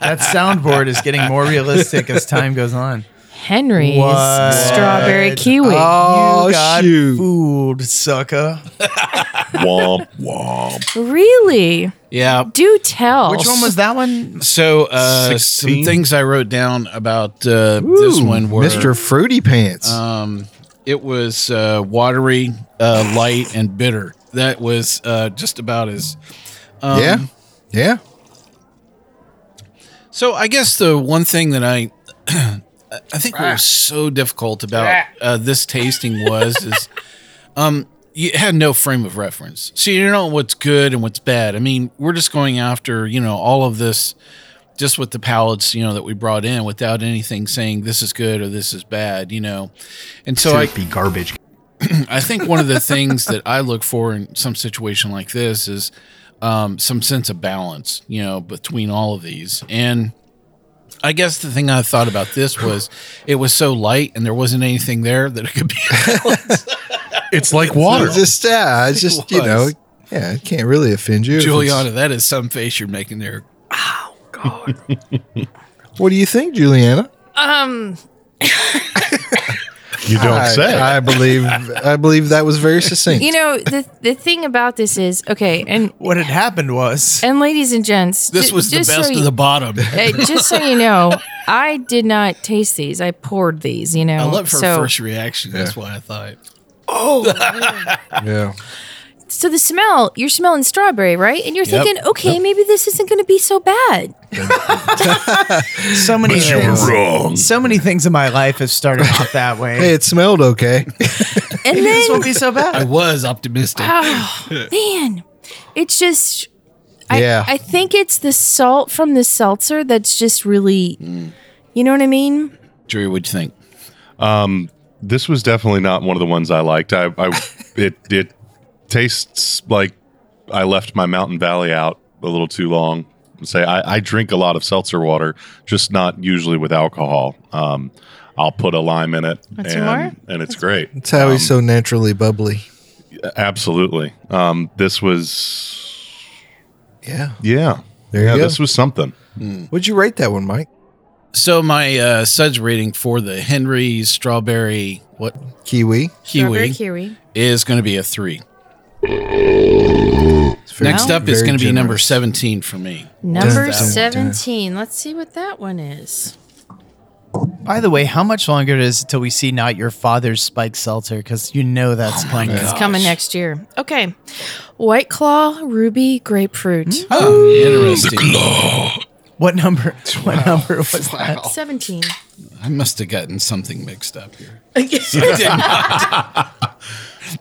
Speaker 4: That soundboard is getting more realistic as time goes on.
Speaker 2: Henry's
Speaker 4: What? Oh,
Speaker 2: strawberry kiwi.
Speaker 4: you
Speaker 7: oh
Speaker 4: got
Speaker 7: shoot!
Speaker 4: fooled, sucker.
Speaker 5: womp womp.
Speaker 2: really?
Speaker 3: Yeah.
Speaker 2: Do tell.
Speaker 4: Which one was that one?
Speaker 3: So uh, some
Speaker 5: 16?
Speaker 3: things I wrote down about uh, this one were
Speaker 7: Mr. Fruity Pants.
Speaker 3: Um, it was uh, watery, uh, light, and bitter. that was uh, just about as. Um,
Speaker 7: yeah. Yeah.
Speaker 3: So I guess the one thing that I, I think what was so difficult about uh, this tasting was is, um, you had no frame of reference, so you don't know what's good and what's bad. I mean, we're just going after you know all of this, just with the palates you know that we brought in without anything saying this is good or this is bad, you know, and so I
Speaker 10: be garbage.
Speaker 3: I think one of the things that I look for in some situation like this is um, some sense of balance, you know, between all of these. And I guess the thing I thought about this was it was so light and there wasn't anything there that it could be.
Speaker 5: It's like water.
Speaker 7: It's just, yeah, it's just, you know,
Speaker 3: was.
Speaker 7: yeah, it can't really offend you. if it's-
Speaker 3: Juliana, that is some face you're making there.
Speaker 7: What do you think, Juliana?
Speaker 2: Um,
Speaker 5: You don't
Speaker 7: I,
Speaker 5: say.
Speaker 7: I believe I believe that was very succinct.
Speaker 2: you know the the thing about this is okay, and
Speaker 4: What had happened was
Speaker 2: and ladies and gents,
Speaker 3: This
Speaker 2: ju-
Speaker 3: was the
Speaker 2: just
Speaker 3: best
Speaker 2: so
Speaker 3: of
Speaker 2: you-
Speaker 3: the bottom.
Speaker 2: Uh, just so you know, I did not taste these. I poured these. You know,
Speaker 3: I love her
Speaker 2: so,
Speaker 3: first reaction. That's why I thought.
Speaker 7: yeah.
Speaker 2: So the smell, you're smelling strawberry, right? And you're
Speaker 3: Yep.
Speaker 2: thinking, okay, maybe this isn't going to be so bad.
Speaker 4: so many things.
Speaker 5: wrong.
Speaker 4: So many things in my life have started off that way.
Speaker 7: Hey, it smelled okay.
Speaker 2: And
Speaker 4: Maybe this
Speaker 2: then,
Speaker 4: won't be so bad.
Speaker 3: I was optimistic.
Speaker 2: oh man, it's just. I,
Speaker 7: Yeah.
Speaker 2: I think it's the salt from the seltzer that's just really, you know what I mean?
Speaker 3: Drew, what'd you think?
Speaker 5: This was definitely not one of the ones I liked. I, I it it tastes like I left my mountain valley out a little too long. Say I, I drink a lot of seltzer water, just not usually with alcohol. Um, I'll put a lime in it,
Speaker 2: Want some more?
Speaker 5: and, and it's great.
Speaker 7: That's how he's so naturally bubbly.
Speaker 5: Absolutely. Um, this was
Speaker 7: Yeah.
Speaker 5: yeah.
Speaker 7: There
Speaker 5: yeah,
Speaker 7: you go.
Speaker 5: this was something.
Speaker 7: What'd you rate that one, Mike?
Speaker 3: So my uh, suds rating for the Henry strawberry what
Speaker 7: Kiwi.
Speaker 2: Strawberry
Speaker 3: kiwi
Speaker 2: kiwi.
Speaker 3: is going to be a three.
Speaker 7: It's very-
Speaker 3: Next up is
Speaker 7: very
Speaker 3: going to be number
Speaker 7: generous.
Speaker 3: 17 for me.
Speaker 2: Number
Speaker 7: dun, dun.
Speaker 2: 17. Let's see what that one is.
Speaker 4: By the way, how much longer it is till we see not your father's spike seltzer? Because you know that's
Speaker 3: Oh My
Speaker 2: It's coming next year. Okay. White Claw, Ruby, Grapefruit.
Speaker 3: Interesting.
Speaker 4: what number. What number was that?
Speaker 2: 17.
Speaker 3: I must have gotten something mixed up here. I did not.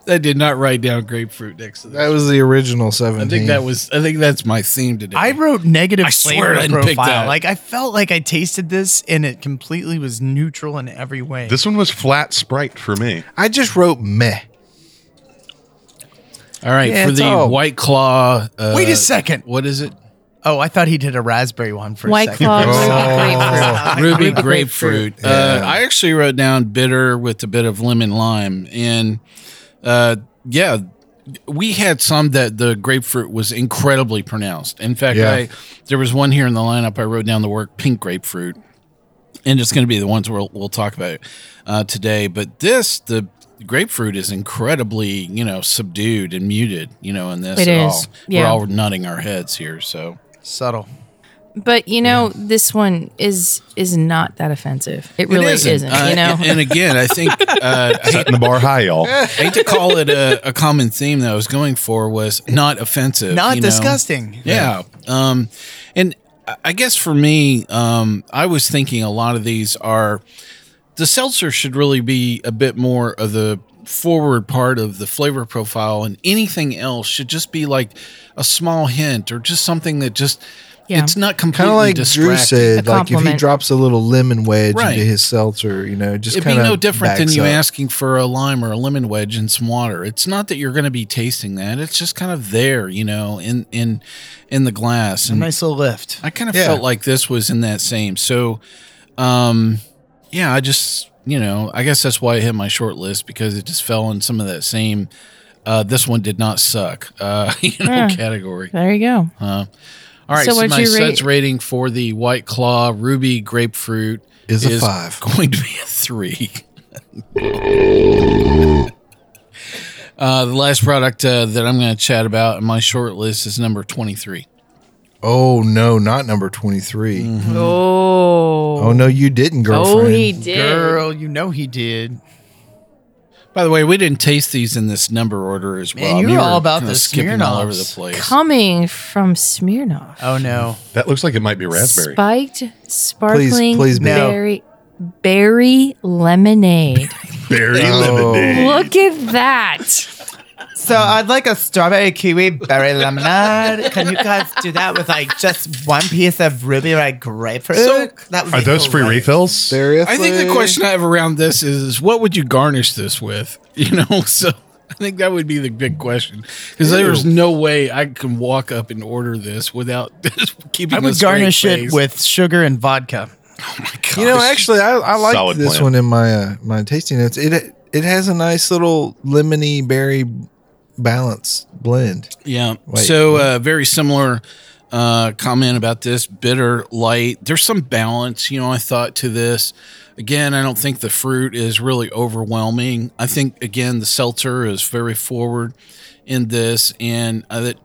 Speaker 3: I did not write down grapefruit next to that.
Speaker 7: That was the original
Speaker 3: I
Speaker 7: seventeen.
Speaker 3: think that was. I think that's my theme today.
Speaker 4: I wrote negative
Speaker 3: I swear
Speaker 4: flavor
Speaker 3: I didn't pick
Speaker 4: profile.
Speaker 3: that.
Speaker 4: Like I felt like I tasted this and it completely was neutral in every way.
Speaker 5: This one was flat Sprite for me.
Speaker 7: I just wrote meh.
Speaker 3: all right
Speaker 7: Yeah,
Speaker 3: for
Speaker 7: it's
Speaker 3: the
Speaker 7: all-
Speaker 3: white claw. Uh,
Speaker 4: Wait a second.
Speaker 3: What is it?
Speaker 4: Oh, I thought he did a raspberry one for a
Speaker 2: White
Speaker 4: second.
Speaker 2: Claw,
Speaker 7: Oh.
Speaker 2: Ruby, Grapefruit.
Speaker 3: Ruby grapefruit. Uh, I actually wrote down bitter with a bit of lemon lime, and uh, yeah, we had some that the grapefruit was incredibly pronounced. In fact,
Speaker 7: Yeah.
Speaker 3: I there was one here in the lineup. I wrote down the word pink grapefruit, and it's going to be the ones we'll we'll talk about uh, today. But this the grapefruit is incredibly you know subdued and muted you know in this
Speaker 2: It
Speaker 3: at
Speaker 2: is,
Speaker 3: all we're
Speaker 2: yeah.
Speaker 3: all nodding our heads here so
Speaker 4: Subtle.
Speaker 2: But you know, this one is is not that offensive. It really
Speaker 3: It
Speaker 2: isn't, you know?
Speaker 3: Uh, and again i think uh, I hate
Speaker 5: Setting the bar high, y'all.
Speaker 3: I hate to call it a, a common theme that I was going for was not offensive,
Speaker 4: Not
Speaker 3: you know?
Speaker 4: disgusting.
Speaker 3: Yeah. Um, and I- I guess for me, um, I was thinking a lot of these are the seltzer should really be a bit more of the forward part of the flavor profile, and anything else should just be like a small hint or just something that just
Speaker 2: Yeah.
Speaker 3: it's not
Speaker 7: Kind
Speaker 3: completely
Speaker 7: of like Drew
Speaker 3: distracting.
Speaker 7: said,
Speaker 2: A
Speaker 7: like if he
Speaker 2: compliment.
Speaker 7: drops a little lemon wedge
Speaker 3: Right.
Speaker 7: into his seltzer, you know, it just
Speaker 3: It'd
Speaker 7: kind
Speaker 3: be
Speaker 7: of
Speaker 3: no different than you asking for a lime or a lemon wedge and some water. It's not that you're going to be tasting that. It's just kind of there, you know, in in in the glass.
Speaker 4: A
Speaker 3: And
Speaker 4: nice little lift.
Speaker 3: I kind of
Speaker 7: Yeah.
Speaker 3: felt like this was in that same. So, um, yeah, I just you know, I guess that's why I hit my short list because it just fell in some of that same. Uh, this one did not suck. Uh, you know, category.
Speaker 2: there you go.
Speaker 3: All right,
Speaker 2: So
Speaker 3: so,
Speaker 2: what'd
Speaker 3: my
Speaker 2: you rate-
Speaker 3: suds rating for the White Claw Ruby Grapefruit
Speaker 7: Is a five.
Speaker 3: going to be a three. uh, the last product uh, that I'm going to chat about in my short list is number 23.
Speaker 7: Oh no, not number twenty three.
Speaker 3: Mm-hmm.
Speaker 2: Oh.
Speaker 7: Oh no, you didn't, girlfriend.
Speaker 2: Oh, he Oh. did.
Speaker 4: Girl, you know he did.
Speaker 3: By the way, we didn't taste these in this number order as well.
Speaker 4: Man, you were all
Speaker 3: were
Speaker 4: about
Speaker 3: kinda
Speaker 4: the
Speaker 3: skipping all over the
Speaker 4: Smirnoffs.
Speaker 3: place.
Speaker 2: Coming from Smirnoff.
Speaker 4: Oh no.
Speaker 5: That looks like it might be raspberry.
Speaker 2: Spiked sparkling
Speaker 7: please, no.
Speaker 2: berry berry lemonade.
Speaker 5: Berry lemonade.
Speaker 2: Look at that.
Speaker 4: So I'd like a strawberry kiwi berry lemonade. Can you guys do that with like just one piece of ruby red grapefruit?
Speaker 3: So-
Speaker 4: that would
Speaker 5: Are
Speaker 4: be
Speaker 5: those free
Speaker 4: hilarious.
Speaker 5: refills?
Speaker 7: Seriously?
Speaker 3: I think the question I have around this is what would you garnish this with? You know, so I think that would be the big question because there's no way I can walk up and order this without keeping.
Speaker 4: I
Speaker 3: a
Speaker 4: would
Speaker 3: straight
Speaker 4: garnish
Speaker 3: face.
Speaker 4: it with sugar and vodka.
Speaker 7: You know, actually, I, I like
Speaker 5: Solid
Speaker 7: this
Speaker 5: plan.
Speaker 7: one in my uh, my tasting notes. It it has a nice little lemony berry balance blend.
Speaker 3: Yeah.
Speaker 7: Wait,
Speaker 3: so Uh, very similar uh, comment about this bitter light. There's some balance, you know. I thought to this again. I don't think the fruit is really overwhelming. I think again the seltzer is very forward in this, and uh, that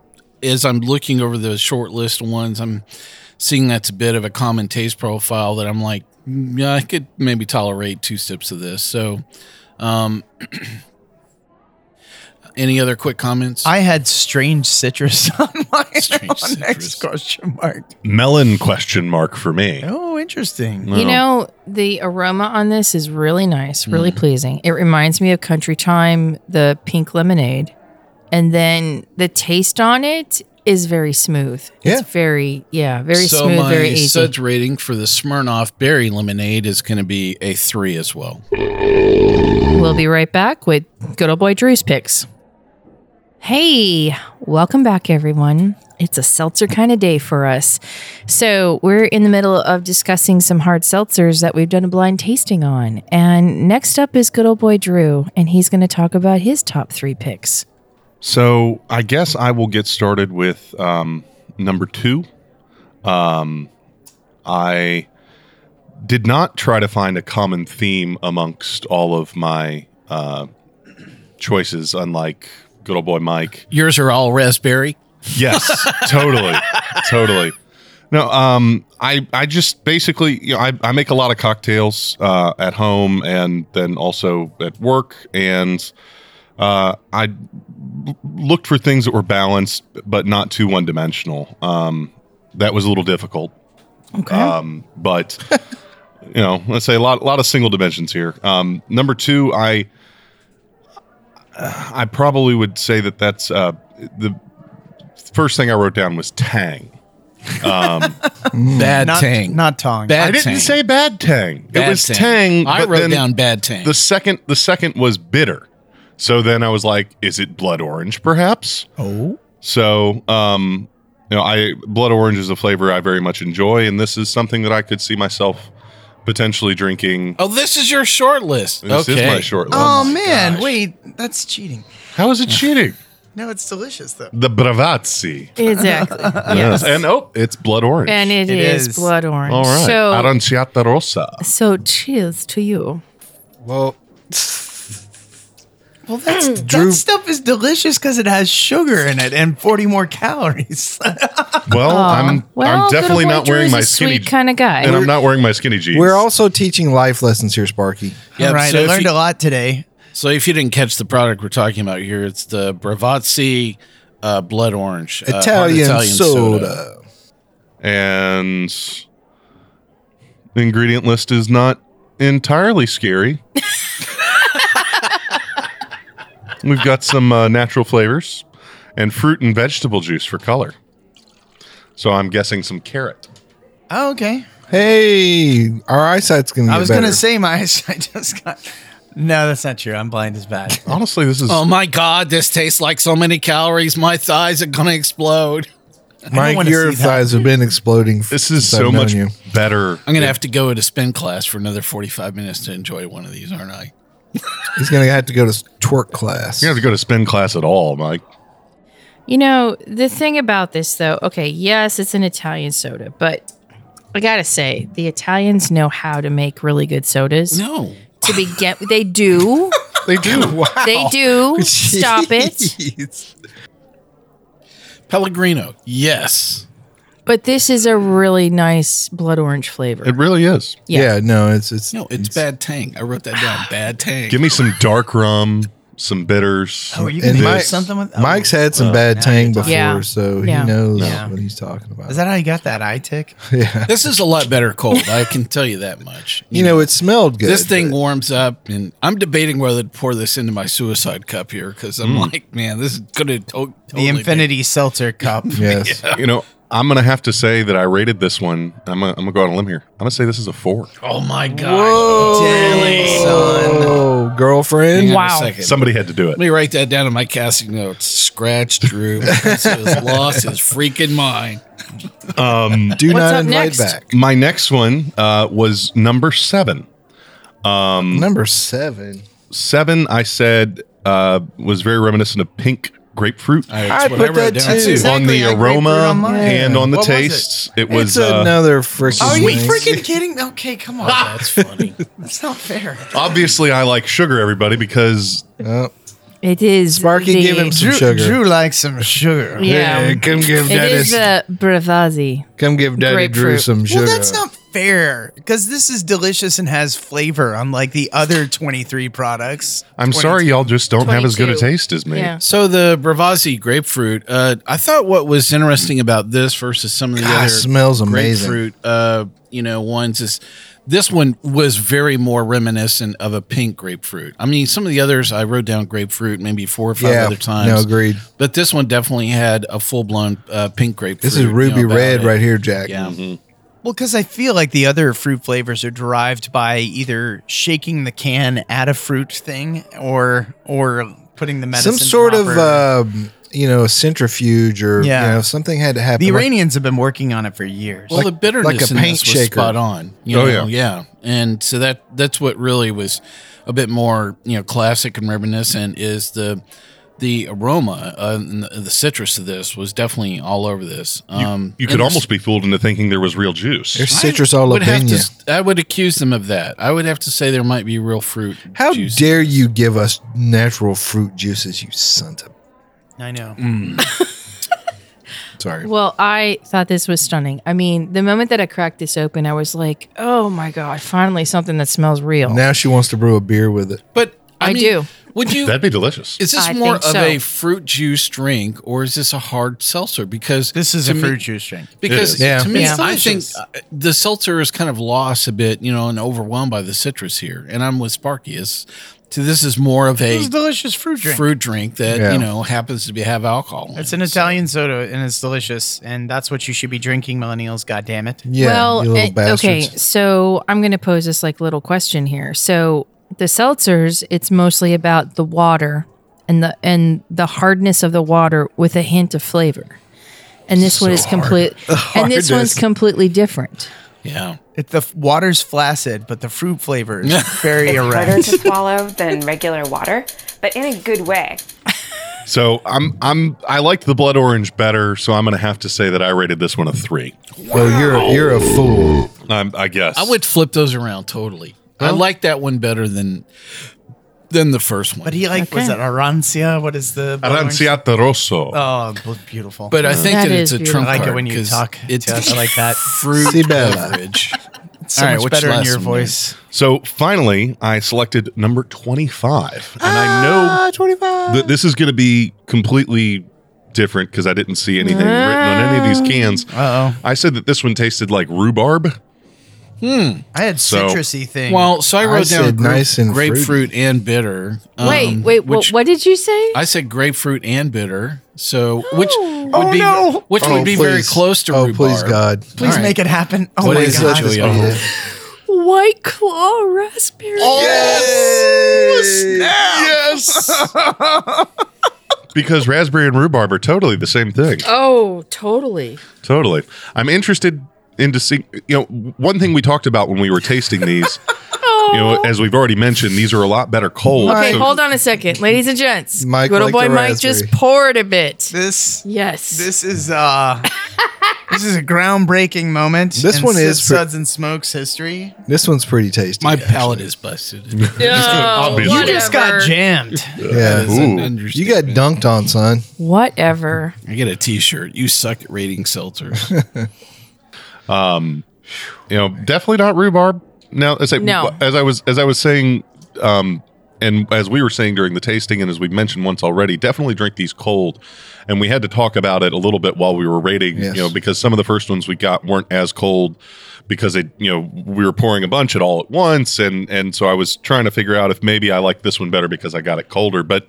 Speaker 3: as I'm looking over the short list ones, I'm seeing that's a bit of a common taste profile that I'm like, "Mm, yeah, I could maybe tolerate two sips of this. So. Um, Any other quick comments?
Speaker 4: I had strange citrus on my
Speaker 3: Strange
Speaker 4: on
Speaker 3: citrus.
Speaker 4: next question mark.
Speaker 5: Melon question mark for me.
Speaker 4: Oh, interesting.
Speaker 2: You know, the aroma on this is really nice, really
Speaker 3: Mm.
Speaker 2: pleasing. It reminds me of Country Time, the pink lemonade. And then the taste on it is very smooth.
Speaker 7: Yeah.
Speaker 2: It's very, yeah, very
Speaker 3: so
Speaker 2: smooth,
Speaker 3: my
Speaker 2: very easy.
Speaker 3: suds rating for the Smirnoff Berry Lemonade is going to be a three as well.
Speaker 2: We'll be right back with good old boy Drew's picks. Hey, welcome back, everyone. It's a seltzer kind of day for us. So, we're in the middle of discussing some hard seltzers that we've done a blind tasting on. And next up is good old boy Drew, and he's going to talk about his top three picks.
Speaker 5: So I guess I will get started with um, number two. Um, I did not try to find a common theme amongst all of my uh, choices, unlike good old boy Mike.
Speaker 3: Yours are all raspberry.
Speaker 5: Yes, totally, totally. No, um, I I just basically you know I, I make a lot of cocktails uh, at home and then also at work, and uh, I l- looked for things that were balanced but not too one dimensional. Um, that was a little difficult,
Speaker 2: Okay.
Speaker 5: um, but you know let's say a lot a lot of single dimensions here. Um, number two, I I probably would say that that's uh, the first thing I wrote down was tang. Hmm.
Speaker 3: Bad
Speaker 4: Not
Speaker 3: tang.
Speaker 4: not tongue.
Speaker 3: bad
Speaker 5: I didn't
Speaker 3: tang.
Speaker 5: say bad tang.
Speaker 3: Bad
Speaker 5: it was
Speaker 3: tang.
Speaker 5: tang.
Speaker 3: I
Speaker 5: but
Speaker 3: wrote
Speaker 5: then
Speaker 3: down bad tang.
Speaker 5: the second. The second was bitter. So then I was like, is it blood orange, perhaps?
Speaker 3: oh,
Speaker 5: So, um, you know, I blood orange is a flavor I very much enjoy, and this is something that I could see myself potentially drinking.
Speaker 3: oh, this is your short list.
Speaker 5: This is
Speaker 3: okay.
Speaker 5: my short list.
Speaker 2: Um,
Speaker 4: Oh, man, wait, that's cheating.
Speaker 5: How is it cheating?
Speaker 4: No, it's delicious though.
Speaker 5: The bravazzi.
Speaker 2: Exactly.
Speaker 5: Yes. And oh, it's blood orange.
Speaker 2: and
Speaker 4: It
Speaker 2: it is,
Speaker 4: is.
Speaker 2: blood orange.
Speaker 5: all right.
Speaker 2: So,
Speaker 5: Aranciata rossa.
Speaker 2: so cheers to you.
Speaker 7: Well,
Speaker 4: Well, that's,
Speaker 7: Drew-
Speaker 4: that stuff is delicious because it has sugar in it and 40 more calories.
Speaker 5: Well, I'm
Speaker 2: Well,
Speaker 5: I'm definitely
Speaker 2: good old boy
Speaker 5: not
Speaker 2: Drew
Speaker 5: wearing
Speaker 2: is
Speaker 5: my
Speaker 2: a
Speaker 5: skinny
Speaker 2: sweet kind of guy.
Speaker 5: and I'm not wearing my skinny jeans.
Speaker 7: we're also teaching life lessons here, Sparky.
Speaker 3: Yeah,
Speaker 4: All right,
Speaker 3: so
Speaker 4: I
Speaker 3: if
Speaker 4: learned
Speaker 3: you-
Speaker 4: a lot today.
Speaker 3: So if you didn't catch the product we're talking about here, it's the Bravazzi uh, blood orange uh, hard
Speaker 7: Italian, soda.
Speaker 5: and the ingredient list is not entirely scary. We've got some uh, natural flavors and fruit and vegetable juice for color. So I'm guessing some carrot.
Speaker 4: Oh, okay.
Speaker 7: Hey, our eyesight's gonna. Get
Speaker 4: I was going to
Speaker 7: better.
Speaker 4: say my I just got. No, that's not true. I'm blind as bad.
Speaker 5: Honestly, this is
Speaker 3: Oh my God, this tastes like so many calories. My thighs are gonna explode.
Speaker 7: Mike,
Speaker 4: wanna
Speaker 7: your
Speaker 4: see that.
Speaker 7: thighs have been exploding. f-
Speaker 5: this is
Speaker 7: since I've
Speaker 5: so
Speaker 7: known
Speaker 5: much better.
Speaker 3: I'm gonna have to go to spin class for another 45 minutes to enjoy one of these, aren't I?
Speaker 7: He's gonna have to go to s- twerk class.
Speaker 5: You don't have to go to spin class at all, Mike.
Speaker 2: You know, the thing about this, though, okay, yes, it's an Italian soda, but I gotta say, the Italians know how to make really good sodas.
Speaker 3: No.
Speaker 2: To begin, they do.
Speaker 7: they do. Wow.
Speaker 2: They do. Stop it.
Speaker 7: Jeez.
Speaker 3: Pellegrino, yes.
Speaker 2: But this is a really nice blood orange flavor.
Speaker 5: It really is.
Speaker 2: Yeah.
Speaker 7: Yeah, no, it's it's
Speaker 3: No, it's bad tang. I wrote that down. Bad tang.
Speaker 5: Give me some dark rum, some bitters.
Speaker 4: Oh, are you
Speaker 7: And
Speaker 4: gonna do
Speaker 7: Mike-
Speaker 4: something with oh,
Speaker 7: Mike's had some
Speaker 4: well,
Speaker 7: bad
Speaker 4: now
Speaker 7: tang
Speaker 4: you're
Speaker 7: before,
Speaker 4: talking.
Speaker 2: Yeah.
Speaker 7: so
Speaker 2: Yeah.
Speaker 7: he knows
Speaker 4: Yeah.
Speaker 7: what he's talking about.
Speaker 4: Is that how you got that eye tick?
Speaker 7: yeah.
Speaker 3: This is a lot better cold. I can tell you that much.
Speaker 7: You know, it smelled good.
Speaker 3: this thing
Speaker 7: but-
Speaker 3: warms up, and I'm debating whether to pour this into my suicide cup here because I'm like, man, this is gonna to- totally
Speaker 4: The infinity seltzer cup.
Speaker 7: Yes.
Speaker 5: You know, I'm gonna have to say that I rated this one. I'm gonna, I'm gonna go out on a limb here. I'm gonna say this is a four.
Speaker 3: Make- oh my god!
Speaker 4: Dang, son.
Speaker 7: Oh, girlfriend.
Speaker 3: Hang on
Speaker 2: Wow.
Speaker 3: a second.
Speaker 5: Somebody had to do
Speaker 3: Let
Speaker 5: it.
Speaker 3: me write that down in my casting notes. Scratch Drew because he was lost his freaking mind.
Speaker 7: Do
Speaker 2: What's
Speaker 7: not
Speaker 2: up
Speaker 7: invite
Speaker 2: next?
Speaker 7: back.
Speaker 5: My next one uh, was number seven. Mm.
Speaker 7: Number seven.
Speaker 5: Seven, I said, uh, was very reminiscent of pink grapefruit.
Speaker 3: All right,
Speaker 7: I
Speaker 3: that's what
Speaker 7: put
Speaker 3: wrote
Speaker 7: that
Speaker 3: down.
Speaker 7: too.
Speaker 3: It's-
Speaker 5: on the
Speaker 4: Exactly, I grapefruit on
Speaker 5: aroma
Speaker 4: mine.
Speaker 5: and on the
Speaker 4: What was it?
Speaker 5: taste, it,
Speaker 7: It's
Speaker 5: was uh,
Speaker 7: another freaking.
Speaker 4: Are you
Speaker 7: nice.
Speaker 4: freaking kidding? Okay, come on.
Speaker 3: That's funny.
Speaker 4: That's not fair.
Speaker 5: obviously I like sugar, everybody, because
Speaker 7: Oh,
Speaker 2: It is
Speaker 7: Sparky,
Speaker 2: the-
Speaker 7: give him some
Speaker 4: Drew,
Speaker 7: sugar.
Speaker 4: Drew likes some sugar.
Speaker 2: Yeah.
Speaker 7: Hey, come give
Speaker 2: It
Speaker 7: daddy.
Speaker 2: is the Bravazzi.
Speaker 7: come give daddy Drew
Speaker 2: grapefruit.
Speaker 7: some sugar.
Speaker 4: Well, that's not fair because this is delicious and has flavor, unlike the other 23 products.
Speaker 5: I'm sorry y'all just don't have as good a
Speaker 2: 22.
Speaker 5: taste as me.
Speaker 2: Yeah.
Speaker 3: So the Bravazzi grapefruit. Uh, I thought what was interesting about this versus some of the
Speaker 7: God,
Speaker 3: other
Speaker 7: smells amazing.
Speaker 3: grapefruit, uh, you know, ones is this one was very more reminiscent of a pink grapefruit. I mean, some of the others I wrote down grapefruit maybe four or five
Speaker 7: Yeah,
Speaker 3: other times.
Speaker 7: no, agreed.
Speaker 3: But this one definitely had a full blown uh, pink grapefruit.
Speaker 7: This is
Speaker 3: you know,
Speaker 7: ruby
Speaker 3: about
Speaker 7: red
Speaker 3: it.
Speaker 7: right here, Jack.
Speaker 3: Yeah.
Speaker 4: Well, because I feel like the other fruit flavors are derived by either shaking the can at a fruit thing or or putting the medicine.
Speaker 7: Some sort
Speaker 4: proper.
Speaker 3: uh,
Speaker 7: of um, you know centrifuge or
Speaker 4: Yeah.
Speaker 7: you know something had to happen.
Speaker 4: the
Speaker 7: Like-
Speaker 4: Iranians have been working on it for years.
Speaker 3: Well, the bitterness
Speaker 7: like a
Speaker 3: in
Speaker 7: paint
Speaker 3: this was
Speaker 7: shaker.
Speaker 3: spot on. You
Speaker 5: Oh,
Speaker 3: know?
Speaker 5: yeah.
Speaker 3: yeah, And so that that's what really was a bit more you know classic and reminiscent is the the aroma uh, and the, the citrus of this was definitely all over this. Um,
Speaker 5: You
Speaker 3: and
Speaker 5: could
Speaker 3: the-
Speaker 5: almost be fooled into thinking there was real juice.
Speaker 7: There's citrus all
Speaker 3: would
Speaker 7: up
Speaker 3: have
Speaker 7: in
Speaker 3: to,
Speaker 7: you.
Speaker 3: s- I would accuse them of that. I would have to say there might be real fruit.
Speaker 7: How
Speaker 3: juice.
Speaker 7: dare you give us natural fruit juices, you son of?
Speaker 4: I know.
Speaker 3: Mm.
Speaker 7: Sorry.
Speaker 2: Well, I thought this was stunning. I mean, the moment that I cracked this open, I was like, oh my God, finally something that smells real.
Speaker 7: Now she wants to brew a beer with it.
Speaker 3: But I,
Speaker 2: I
Speaker 3: mean,
Speaker 2: do.
Speaker 3: Would you?
Speaker 5: That'd be delicious.
Speaker 3: is this
Speaker 2: I
Speaker 3: more of
Speaker 2: think so.
Speaker 3: a fruit juice drink or is this a hard seltzer? Because
Speaker 4: This is
Speaker 3: to
Speaker 4: a
Speaker 3: me-
Speaker 4: fruit juice drink.
Speaker 5: It
Speaker 3: Because
Speaker 5: is.
Speaker 7: Yeah.
Speaker 3: to me,
Speaker 2: Yeah.
Speaker 3: I think uh, the seltzer is kind of lost a bit, you know, and overwhelmed by the citrus here. And I'm with Sparky. It's, so this is more of
Speaker 4: This
Speaker 3: a
Speaker 4: is delicious fruit drink.
Speaker 3: fruit drink that
Speaker 7: Yeah.
Speaker 3: you know happens to be have alcohol. in
Speaker 4: It's
Speaker 3: it.
Speaker 4: an Italian soda and it's delicious, and that's what you should be drinking, millennials. God damn it!
Speaker 7: Yeah, you
Speaker 2: well,
Speaker 7: little
Speaker 2: eh, okay,
Speaker 7: bastards.
Speaker 2: so I'm going to pose this like little question here. So the seltzers, it's mostly about the water and the and the hardness of the water with a hint of flavor. And this one is complete. And this one's
Speaker 7: hardness.
Speaker 2: completely different.
Speaker 3: yeah.
Speaker 4: It, the f- water's flaccid, but the fruit flavor is very
Speaker 8: Harder
Speaker 4: erect.
Speaker 8: to swallow than regular water, but in a good way.
Speaker 5: So I'm I'm I liked the blood orange better, so I'm gonna have to say that I rated this one a three.
Speaker 7: Well, you're a, you're a fool.
Speaker 5: Um, I guess
Speaker 3: I would flip those around totally. I like that one better than than the first one.
Speaker 4: But he like was it Arancia? What is the
Speaker 5: Aranciata Rosso.
Speaker 3: Uh.
Speaker 4: Oh, b- beautiful.
Speaker 3: But I think
Speaker 2: That
Speaker 3: that it's
Speaker 2: is
Speaker 3: a
Speaker 2: beautiful.
Speaker 3: trump
Speaker 4: I like
Speaker 3: card
Speaker 4: it when you
Speaker 3: 'cause
Speaker 4: talk.
Speaker 3: It's
Speaker 4: to us. I like that.
Speaker 3: fruit
Speaker 7: Si bella.
Speaker 3: beverage.
Speaker 4: It's so
Speaker 3: All right,
Speaker 4: much
Speaker 3: which
Speaker 4: better in
Speaker 3: last
Speaker 4: your
Speaker 3: one,
Speaker 4: voice.
Speaker 5: So finally, I selected number 25. And
Speaker 3: Ah.
Speaker 4: Uh,
Speaker 5: I know
Speaker 7: 25.
Speaker 5: that this is going to be completely different because I didn't see anything written on any of these cans.
Speaker 3: Ah.
Speaker 4: Uh oh.
Speaker 5: I said that this one tasted like rhubarb.
Speaker 4: I had
Speaker 5: So-
Speaker 4: citrusy thing.
Speaker 3: Well, so I
Speaker 7: I
Speaker 3: wrote down
Speaker 7: said
Speaker 3: grape-
Speaker 7: nice and
Speaker 3: grapefruit
Speaker 7: fruity.
Speaker 3: and bitter.
Speaker 2: wait,
Speaker 3: um,
Speaker 2: wait,
Speaker 3: which-
Speaker 2: what, what did you say?
Speaker 3: I said grapefruit and bitter. So which would
Speaker 7: Oh,
Speaker 3: be
Speaker 7: no.
Speaker 3: which
Speaker 7: Oh,
Speaker 3: would be very
Speaker 7: please.
Speaker 3: close to
Speaker 7: Oh,
Speaker 3: rhubarb.
Speaker 7: please, God.
Speaker 4: please
Speaker 3: all right.
Speaker 4: make it happen. Oh
Speaker 3: What
Speaker 4: my
Speaker 3: is
Speaker 4: god.
Speaker 3: that, Julia?
Speaker 2: White claw raspberry.
Speaker 7: Oh!
Speaker 5: Yes. because raspberry and rhubarb are totally the same thing.
Speaker 2: Oh, totally.
Speaker 5: Totally. I'm interested into seeing, you know, one thing we talked about when we were tasting these, you know, as we've already mentioned, these are a lot better cold.
Speaker 2: Okay,
Speaker 5: So-
Speaker 2: hold on a second, ladies and gents.
Speaker 7: Mike
Speaker 2: Good old boy
Speaker 7: liked the
Speaker 2: Mike just
Speaker 7: raspberry.
Speaker 2: poured a bit.
Speaker 4: This
Speaker 2: Yes.
Speaker 4: this is uh This is a groundbreaking moment.
Speaker 7: This
Speaker 4: in
Speaker 7: one is
Speaker 4: Sid
Speaker 7: pre-
Speaker 4: Suds and Smokes history.
Speaker 7: This one's pretty tasty.
Speaker 3: My palate is busted.
Speaker 5: Obviously.
Speaker 4: You just got jammed.
Speaker 7: yeah.
Speaker 3: It's an
Speaker 5: Ooh.
Speaker 7: You got
Speaker 3: understatement.
Speaker 7: dunked on, son.
Speaker 2: Whatever.
Speaker 3: I get a T-shirt. You suck at rating seltzer.
Speaker 5: you know, definitely not rhubarb. Now, as I
Speaker 2: No.
Speaker 5: as I was as I was saying, um, and as we were saying during the tasting, and as we mentioned once already, definitely drink these cold. And we had to talk about it a little bit while we were rating,
Speaker 7: Yes.
Speaker 5: you know, because some of the first ones we got weren't as cold because it, you know, we were pouring a bunch at all at once, and and so I was trying to figure out if maybe I like this one better because I got it colder. But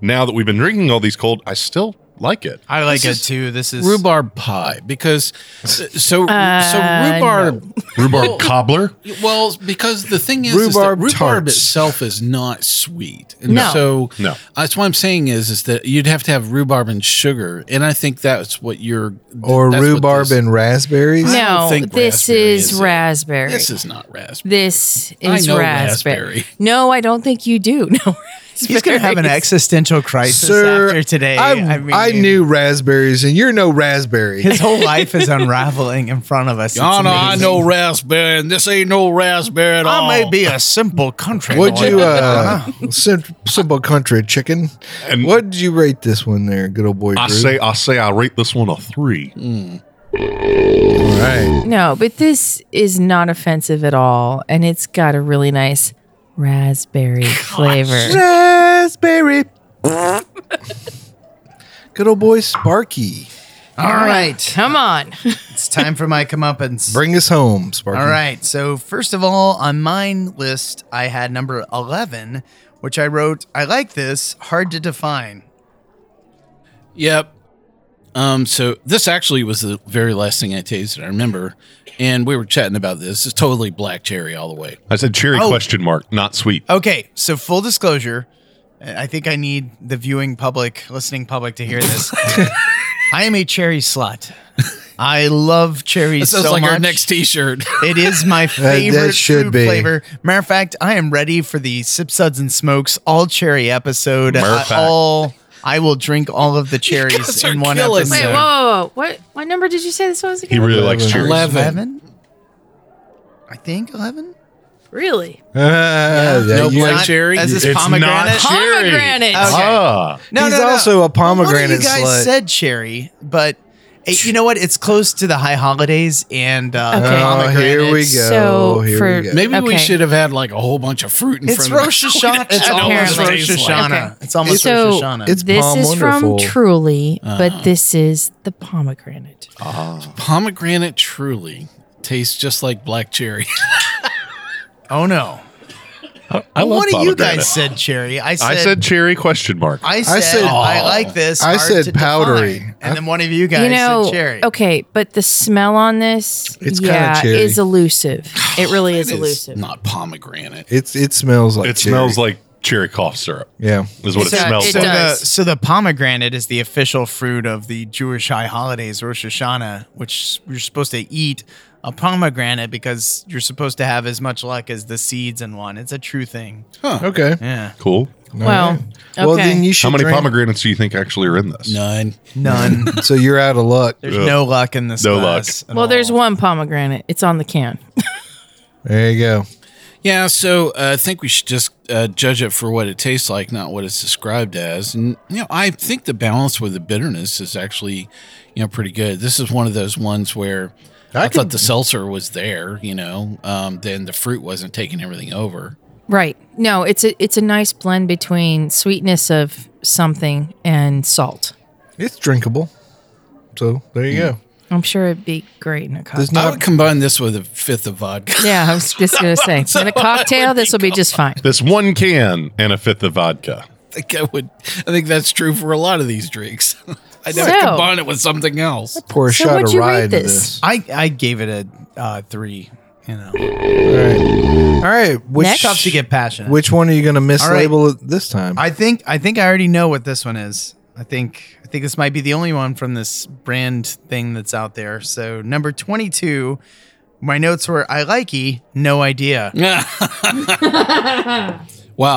Speaker 5: now that we've been drinking all these cold, I still like it.
Speaker 4: I like it too. This is
Speaker 3: rhubarb pie because so so
Speaker 2: Uh,
Speaker 3: rhubarb.
Speaker 5: Rhubarb cobbler.
Speaker 3: Well, because the thing is,
Speaker 7: Rhubarb
Speaker 3: is that rhubarb
Speaker 7: tarts.
Speaker 3: itself is not sweet, and
Speaker 2: No.
Speaker 3: so
Speaker 5: No.
Speaker 3: that's what I'm saying is is that you'd have to have rhubarb and sugar, and I think that's what you're
Speaker 7: Or
Speaker 3: that's what
Speaker 7: rhubarb
Speaker 3: this-
Speaker 7: and raspberries.
Speaker 3: I don't
Speaker 2: No,
Speaker 3: think
Speaker 2: this
Speaker 3: raspberry
Speaker 2: is
Speaker 3: is it.
Speaker 2: raspberry.
Speaker 3: This is not raspberry.
Speaker 2: This
Speaker 3: I
Speaker 2: is
Speaker 3: know
Speaker 2: raspberry.
Speaker 3: raspberry.
Speaker 2: No, I don't think you do. No,
Speaker 4: He's gonna have an
Speaker 2: raspberries.
Speaker 4: existential crisis
Speaker 7: Sir,
Speaker 4: after today.
Speaker 7: I, I, knew raspberries, and you're no raspberry.
Speaker 4: his whole life is unraveling in front of us. It's
Speaker 3: Oh, no, I
Speaker 4: amazing.
Speaker 3: know raspberry, and this ain't no raspberry at all.
Speaker 4: I may be a simple country.
Speaker 7: Would
Speaker 4: boy,
Speaker 7: you,
Speaker 4: but
Speaker 7: uh,
Speaker 3: Uh-huh.
Speaker 7: sim- simple country chicken?
Speaker 5: And-
Speaker 7: what did you rate this one there, good old boy?
Speaker 5: I
Speaker 7: Drew?
Speaker 5: say I say I rate this one a three.
Speaker 7: all right.
Speaker 2: No, but this is not offensive at all, and it's got a really nice raspberry flavor.
Speaker 7: Raspberry. good old boy Sparky.
Speaker 4: All right,
Speaker 2: Come on.
Speaker 4: it's time for my comeuppance.
Speaker 7: Bring us home, Sparky.
Speaker 4: All right. So first of all, on mine list, I had number eleven, which I wrote. I like this. Hard to define.
Speaker 3: Yep. Um, so this actually was the very last thing I tasted. I remember, and we were chatting about this. It's totally black cherry all the way.
Speaker 5: I said cherry
Speaker 4: Oh.
Speaker 5: question mark, not sweet.
Speaker 4: Okay. So full disclosure, I think I need the viewing public, listening public, to hear this. I am a cherry slut. I love cherries
Speaker 3: It sounds
Speaker 4: so
Speaker 3: like
Speaker 4: much.
Speaker 3: our next T-shirt.
Speaker 4: It is my favorite
Speaker 7: should
Speaker 4: fruit
Speaker 7: be.
Speaker 4: flavor. Matter of fact, I am ready for the Sip Suds and Smokes all cherry episode.
Speaker 5: Matter of
Speaker 4: I,
Speaker 5: fact.
Speaker 4: all I will drink all of the cherries
Speaker 3: guys are
Speaker 4: in one
Speaker 3: killing
Speaker 4: episode.
Speaker 3: me.
Speaker 2: Wait, whoa, whoa, whoa. What, what number did you say this was
Speaker 5: He
Speaker 4: Oh,
Speaker 2: again?
Speaker 5: really likes
Speaker 7: Eleven.
Speaker 5: cherries.
Speaker 4: Eleven, I think eleven.
Speaker 2: really?
Speaker 7: Uh, yeah,
Speaker 3: no
Speaker 7: you-
Speaker 3: black
Speaker 4: not-
Speaker 3: cherry.
Speaker 4: as is
Speaker 5: It's
Speaker 4: pomegranate.
Speaker 5: not Cherry.
Speaker 2: Pomegranate.
Speaker 4: Okay.
Speaker 5: Ah,
Speaker 7: He's also a pomegranate
Speaker 4: One of you guys
Speaker 7: slut.
Speaker 4: said cherry, but eh, you know what? It's close to the high holidays, and uh,
Speaker 2: Okay.
Speaker 7: Oh, here we
Speaker 4: pomegranates-
Speaker 7: go.
Speaker 2: So
Speaker 7: here
Speaker 2: for-
Speaker 7: we go.
Speaker 3: Maybe we
Speaker 2: Okay.
Speaker 3: should have had like a whole bunch of fruit in
Speaker 4: It's
Speaker 3: front
Speaker 4: Rosh
Speaker 3: of us.
Speaker 4: Hashanah. It's almost
Speaker 2: Apparently.
Speaker 4: Rosh Hashanah.
Speaker 2: Okay.
Speaker 4: It's almost
Speaker 2: So,
Speaker 4: Rosh Hashanah.
Speaker 7: it's
Speaker 2: This
Speaker 7: Palm
Speaker 2: is
Speaker 7: Wonderful.
Speaker 2: from Truly,
Speaker 3: Uh-huh.
Speaker 2: but this is the pomegranate.
Speaker 3: Pomegranate truly tastes just like black cherry.
Speaker 4: oh no.
Speaker 5: I love
Speaker 4: One of you
Speaker 5: pomegranate.
Speaker 4: guys said cherry. I said
Speaker 5: I said cherry question mark.
Speaker 4: I said, I,
Speaker 7: I said- oh,
Speaker 4: like this.
Speaker 7: I
Speaker 4: hard
Speaker 7: said
Speaker 4: to
Speaker 7: powdery.
Speaker 4: define." And then one of you guys
Speaker 2: you know,
Speaker 4: said cherry.
Speaker 2: okay, but the smell on this,
Speaker 7: It's kinda
Speaker 2: yeah,
Speaker 7: cherry.
Speaker 2: is elusive. It really is
Speaker 3: It is
Speaker 2: elusive.
Speaker 3: not pomegranate.
Speaker 7: It's it smells like
Speaker 5: it
Speaker 7: cherry.
Speaker 5: smells like cherry cough syrup.
Speaker 7: yeah.
Speaker 5: Is what it,
Speaker 2: It's a-
Speaker 5: smells
Speaker 2: it
Speaker 4: So
Speaker 5: like.
Speaker 4: the,
Speaker 2: does.
Speaker 4: so the pomegranate is the official fruit of the Jewish high holidays, Rosh Hashanah, which you're supposed to eat a pomegranate because you're supposed to have as much luck as the seeds in one. It's a true thing.
Speaker 7: Okay.
Speaker 4: Yeah.
Speaker 5: Cool.
Speaker 2: Well, okay.
Speaker 7: Well, then you should.
Speaker 5: How many
Speaker 7: drink-
Speaker 5: pomegranates do you think actually are in this?
Speaker 3: None.
Speaker 4: None.
Speaker 7: So you're out of luck.
Speaker 4: There's no luck in this.
Speaker 5: No
Speaker 4: glass at
Speaker 2: well, there's
Speaker 4: all.
Speaker 2: one pomegranate. It's on the can.
Speaker 7: There you go.
Speaker 3: Yeah, so uh, I think we should just uh, judge it for what it tastes like, not what it's described as. And you know, I think the balance with the bitterness is actually, you know, pretty good. This is one of those ones where I, thought the seltzer was there, you know, um, then the fruit wasn't taking everything over.
Speaker 2: Right. No, it's a it's a nice blend between sweetness of something and salt.
Speaker 7: It's drinkable. So there you go.
Speaker 2: I'm sure it'd be great in a
Speaker 7: There's
Speaker 2: cocktail.
Speaker 3: I
Speaker 7: not.
Speaker 3: would combine this with a fifth of vodka.
Speaker 2: yeah, I was just gonna say in a cocktail, this will be just fine.
Speaker 5: This one can and a fifth of vodka.
Speaker 3: I think I would. I think that's true for a lot of these drinks. I never
Speaker 2: So-
Speaker 3: combine it with something else.
Speaker 7: Pour a
Speaker 2: So
Speaker 7: shot
Speaker 2: what'd
Speaker 7: of
Speaker 2: you
Speaker 7: rye
Speaker 2: rate
Speaker 7: into
Speaker 2: this?
Speaker 7: this.
Speaker 4: I, I gave it a uh, three. You know,
Speaker 7: All right. All right. Which
Speaker 2: Next.
Speaker 4: tough to get passionate.
Speaker 7: which one are you going to
Speaker 4: All right.
Speaker 7: mislabel it this time?
Speaker 4: I think I think I already know what this one is. I think I think this might be the only one from this brand thing that's out there. So number twenty two, my notes were I likey, no idea.
Speaker 3: wow,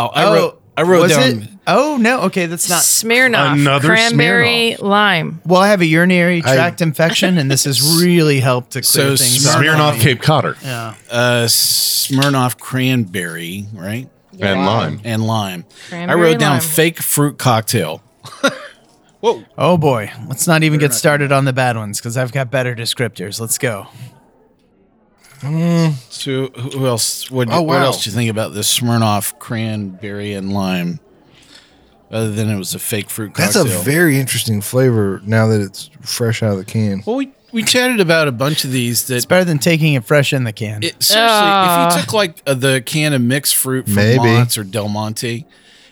Speaker 3: I
Speaker 4: Oh.
Speaker 3: wrote I wrote
Speaker 4: Was
Speaker 3: down.
Speaker 4: it? Oh no. Okay, that's not.
Speaker 2: Smirnoff,
Speaker 5: Another
Speaker 2: cranberry lime.
Speaker 4: Well, I have a urinary
Speaker 7: I-
Speaker 4: tract infection, and this has really helped to
Speaker 3: So
Speaker 4: clear things. up.
Speaker 5: Smirnoff Cape Codder
Speaker 4: Yeah.
Speaker 3: uh, Smirnoff cranberry, right?
Speaker 5: and lime.
Speaker 3: And lime. I
Speaker 2: Cranberry
Speaker 3: wrote down
Speaker 2: lime.
Speaker 3: fake fruit cocktail.
Speaker 4: Oh boy, let's not even get started on the bad ones because I've got better descriptors. Let's go.
Speaker 3: So who else? What,
Speaker 7: Oh,
Speaker 3: what
Speaker 7: wow.
Speaker 3: else do you think about this Smirnoff cranberry and lime? Other than it was a fake fruit
Speaker 7: That's
Speaker 3: cocktail.
Speaker 7: a very interesting flavor now that it's fresh out of the can.
Speaker 3: well, we we chatted about a bunch of these that.
Speaker 4: It's better than taking it fresh in the can.
Speaker 3: It, seriously, if
Speaker 2: Ah.
Speaker 3: you took like uh, the can of mixed fruit from
Speaker 7: Maybe.
Speaker 3: Mott's or Del Monte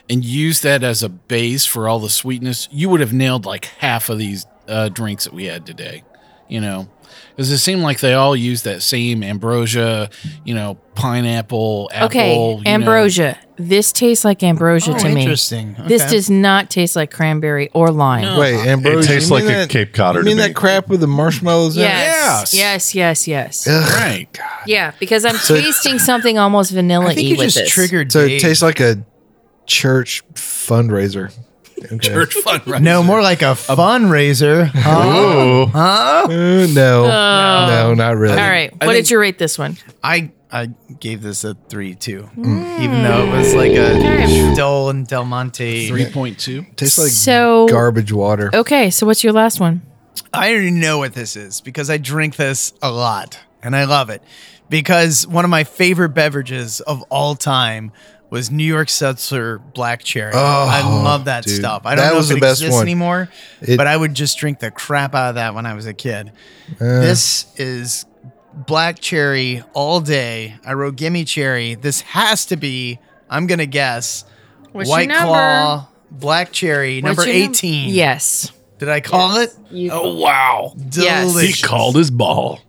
Speaker 3: and used that as a base for all the sweetness, you would have nailed like half of these uh, drinks that we had today. You know, because it seemed like they all used that same ambrosia, you know, pineapple, apple.
Speaker 2: Okay,
Speaker 3: you know.
Speaker 2: ambrosia. This tastes like ambrosia
Speaker 4: Oh,
Speaker 2: to me.
Speaker 4: interesting.
Speaker 2: This
Speaker 4: Okay.
Speaker 2: does not taste like cranberry or lime.
Speaker 7: Wait, Ambrose,
Speaker 5: It tastes
Speaker 7: you mean
Speaker 5: like a
Speaker 7: that-
Speaker 5: Cape Codder
Speaker 7: You
Speaker 5: to
Speaker 7: mean
Speaker 5: me.
Speaker 7: that crap with the marshmallows? in it?
Speaker 2: Yes.
Speaker 3: Yes.
Speaker 2: Yes, yes, yes.
Speaker 3: Right.
Speaker 2: Yeah, because I'm tasting something almost vanilla
Speaker 4: I think you
Speaker 2: with
Speaker 4: just
Speaker 2: this.
Speaker 4: triggered.
Speaker 7: So it
Speaker 4: Dave.
Speaker 7: tastes like a church fundraiser. Okay.
Speaker 3: Church fundraiser.
Speaker 4: no more like a fundraiser. Huh?
Speaker 5: Oh,
Speaker 7: Uh, no, no, not really.
Speaker 2: All right. what did you rate this one?
Speaker 4: I I gave this a three two, even though it was like a Dole and Del Monte.
Speaker 3: 3.2.
Speaker 7: Tastes like
Speaker 2: So- oh.
Speaker 7: garbage water.
Speaker 2: Okay, so what's your last one?
Speaker 4: I already know what this is because I drink this a lot and I love it because one of my favorite beverages of all time was New York Seltzer Black Cherry. I love that
Speaker 7: Oh, dude.
Speaker 4: stuff. I don't
Speaker 7: That
Speaker 4: know
Speaker 7: was
Speaker 4: if
Speaker 7: the
Speaker 4: it
Speaker 7: best
Speaker 4: exists
Speaker 7: one.
Speaker 4: anymore,
Speaker 7: It-
Speaker 4: but I would just drink the crap out of that when I was a kid. this is black cherry all day. I wrote gimme cherry. This has to be, I'm going to guess,
Speaker 2: What's your
Speaker 4: White
Speaker 2: number?
Speaker 4: Claw Black Cherry, number
Speaker 2: What's your num-
Speaker 4: 18.
Speaker 2: yes.
Speaker 4: Did I call it?
Speaker 5: oh wow.
Speaker 2: Yes.
Speaker 5: He
Speaker 4: Delicious.
Speaker 5: called his ball.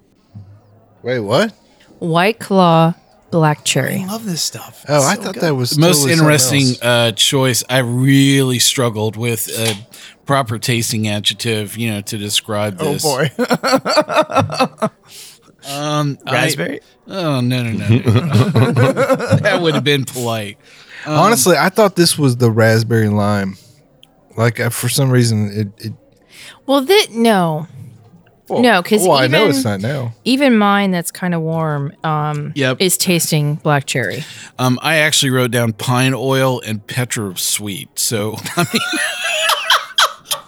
Speaker 7: Wait, what?
Speaker 2: White Claw Black
Speaker 4: I
Speaker 2: Cherry.
Speaker 4: love this stuff.
Speaker 7: Oh,
Speaker 4: It's
Speaker 7: I
Speaker 4: so
Speaker 7: thought
Speaker 4: good.
Speaker 7: that was
Speaker 3: Most
Speaker 7: totally something
Speaker 3: interesting
Speaker 7: else.
Speaker 3: uh, choice. I really struggled with a proper tasting adjective, you know, to describe
Speaker 4: Oh
Speaker 3: this.
Speaker 4: boy,
Speaker 3: Um, I-
Speaker 4: raspberry.
Speaker 3: oh no no no! no, no. that would have been polite. um,
Speaker 7: Honestly, I thought this was the raspberry lime. Like I, for some reason, it. it
Speaker 2: Well, that no. no, because
Speaker 7: well, I
Speaker 2: even,
Speaker 7: know it's not now.
Speaker 2: even mine that's kind of warm um,
Speaker 3: Yep.
Speaker 2: is tasting black cherry.
Speaker 3: Um, I actually wrote down pine oil and petra sweet. So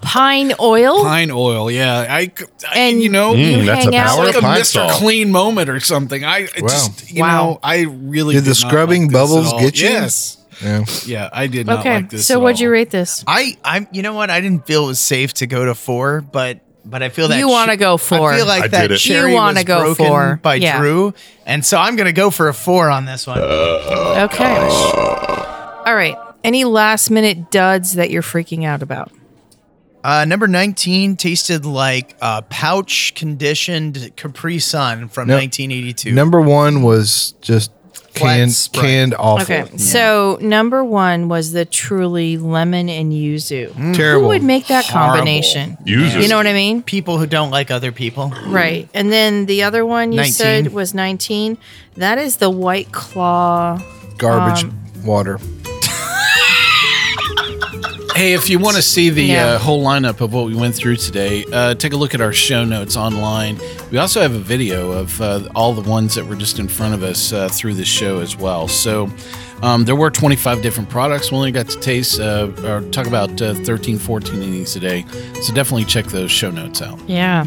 Speaker 2: Pine oil?
Speaker 3: pine oil, yeah. I, I
Speaker 2: And
Speaker 3: you know,
Speaker 2: you
Speaker 5: Mm, that's
Speaker 2: hang
Speaker 5: a
Speaker 2: out
Speaker 5: power
Speaker 3: like
Speaker 2: with
Speaker 5: of
Speaker 3: a
Speaker 5: pine
Speaker 3: Mr.
Speaker 5: salt.
Speaker 3: Clean moment or something. I it
Speaker 7: Wow.
Speaker 3: just you
Speaker 2: Wow.
Speaker 3: know, I really
Speaker 7: Did the
Speaker 3: not
Speaker 7: scrubbing
Speaker 3: this at
Speaker 7: bubbles
Speaker 3: all.
Speaker 7: get you?
Speaker 3: Yes.
Speaker 7: Yeah.
Speaker 3: Yeah, I did not
Speaker 2: Okay,
Speaker 3: like this.
Speaker 2: so
Speaker 3: at
Speaker 2: what'd you
Speaker 3: all.
Speaker 2: rate this?
Speaker 4: I, I, you know what? I didn't feel it was safe to go to four, but but I feel that
Speaker 2: You wanna go four.
Speaker 4: I feel like
Speaker 5: I
Speaker 4: that
Speaker 5: did it.
Speaker 4: cherry
Speaker 2: You
Speaker 4: want
Speaker 2: wanna
Speaker 4: to
Speaker 2: go
Speaker 4: broken
Speaker 2: four.
Speaker 4: by
Speaker 2: Yeah.
Speaker 4: Drew, and so I'm gonna go for a four on this one.
Speaker 2: Okay. All right. Any last minute duds that you're freaking out about?
Speaker 4: Uh, number 19 tasted like a pouch conditioned Capri Sun from
Speaker 7: No.
Speaker 4: 1982.
Speaker 7: Number one was just
Speaker 4: Flat
Speaker 7: canned,
Speaker 4: Sprite.
Speaker 7: canned awful.
Speaker 2: Okay. So number one was the truly lemon and yuzu. Who
Speaker 7: Mm, Terrible.
Speaker 2: would make that
Speaker 3: Horrible.
Speaker 2: combination?
Speaker 5: Use
Speaker 2: You know what I mean?
Speaker 4: People who don't like other people.
Speaker 7: Mm.
Speaker 2: Right. And then the other one you
Speaker 4: 19.
Speaker 2: said was 19. That is the White Claw.
Speaker 7: Garbage
Speaker 2: um,
Speaker 7: water.
Speaker 3: Hey, if you want to see the
Speaker 2: Yeah.
Speaker 3: uh, whole lineup of what we went through today, uh, take a look at our show notes online. We also have a video of uh, all the ones that were just in front of us uh, through this show as well. So um, there were 25 different products. We only got to taste uh, or talk about uh, 13, 14 of these today. So definitely check those show notes out.
Speaker 2: Yeah.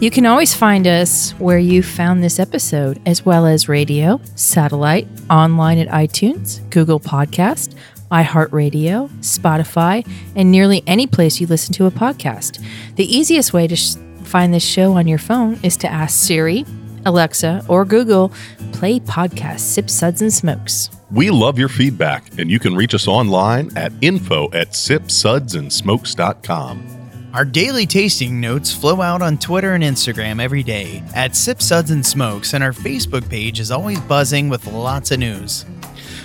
Speaker 2: You can always find us where you found this episode, as well as radio, satellite, online at iTunes, Google Podcast, iHeartRadio, Spotify, and nearly any place you listen to a podcast. The easiest way to sh- find this show on your phone is to ask Siri, Alexa, or Google, play podcast Sip Suds and Smokes.
Speaker 5: We love your feedback, and you can reach us online at info at sipsudsandsmokes.com.
Speaker 4: Our daily tasting notes flow out on Twitter and Instagram every day at Sip Suds and Smokes, and our Facebook page is always buzzing with lots of news.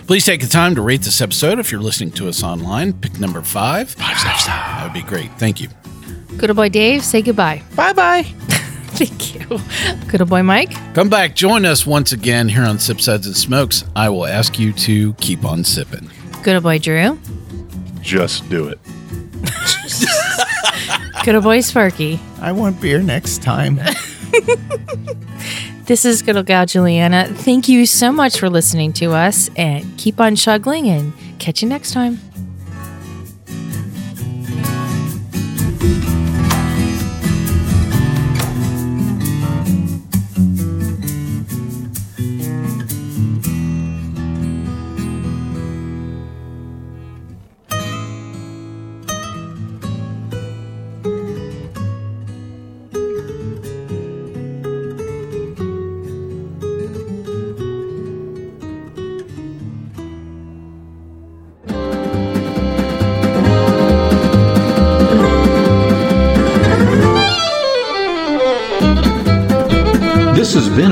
Speaker 3: Please take the time to rate this episode if you're listening to us online. Pick number five. Five stars. That would be great. Thank you.
Speaker 2: Good old boy Dave, say goodbye.
Speaker 4: Bye bye.
Speaker 2: Thank you. Good old boy Mike.
Speaker 3: Come back, join us once again here on Sip Suds and Smokes. I will ask you to keep on sipping.
Speaker 2: Good old boy Drew.
Speaker 5: Just do it.
Speaker 2: Good old boy Sparky.
Speaker 4: I want beer next time.
Speaker 2: This is Good Old Gal Juliana. Thank you so much for listening to us and keep on chuggling and catch you next time.
Speaker 1: This has been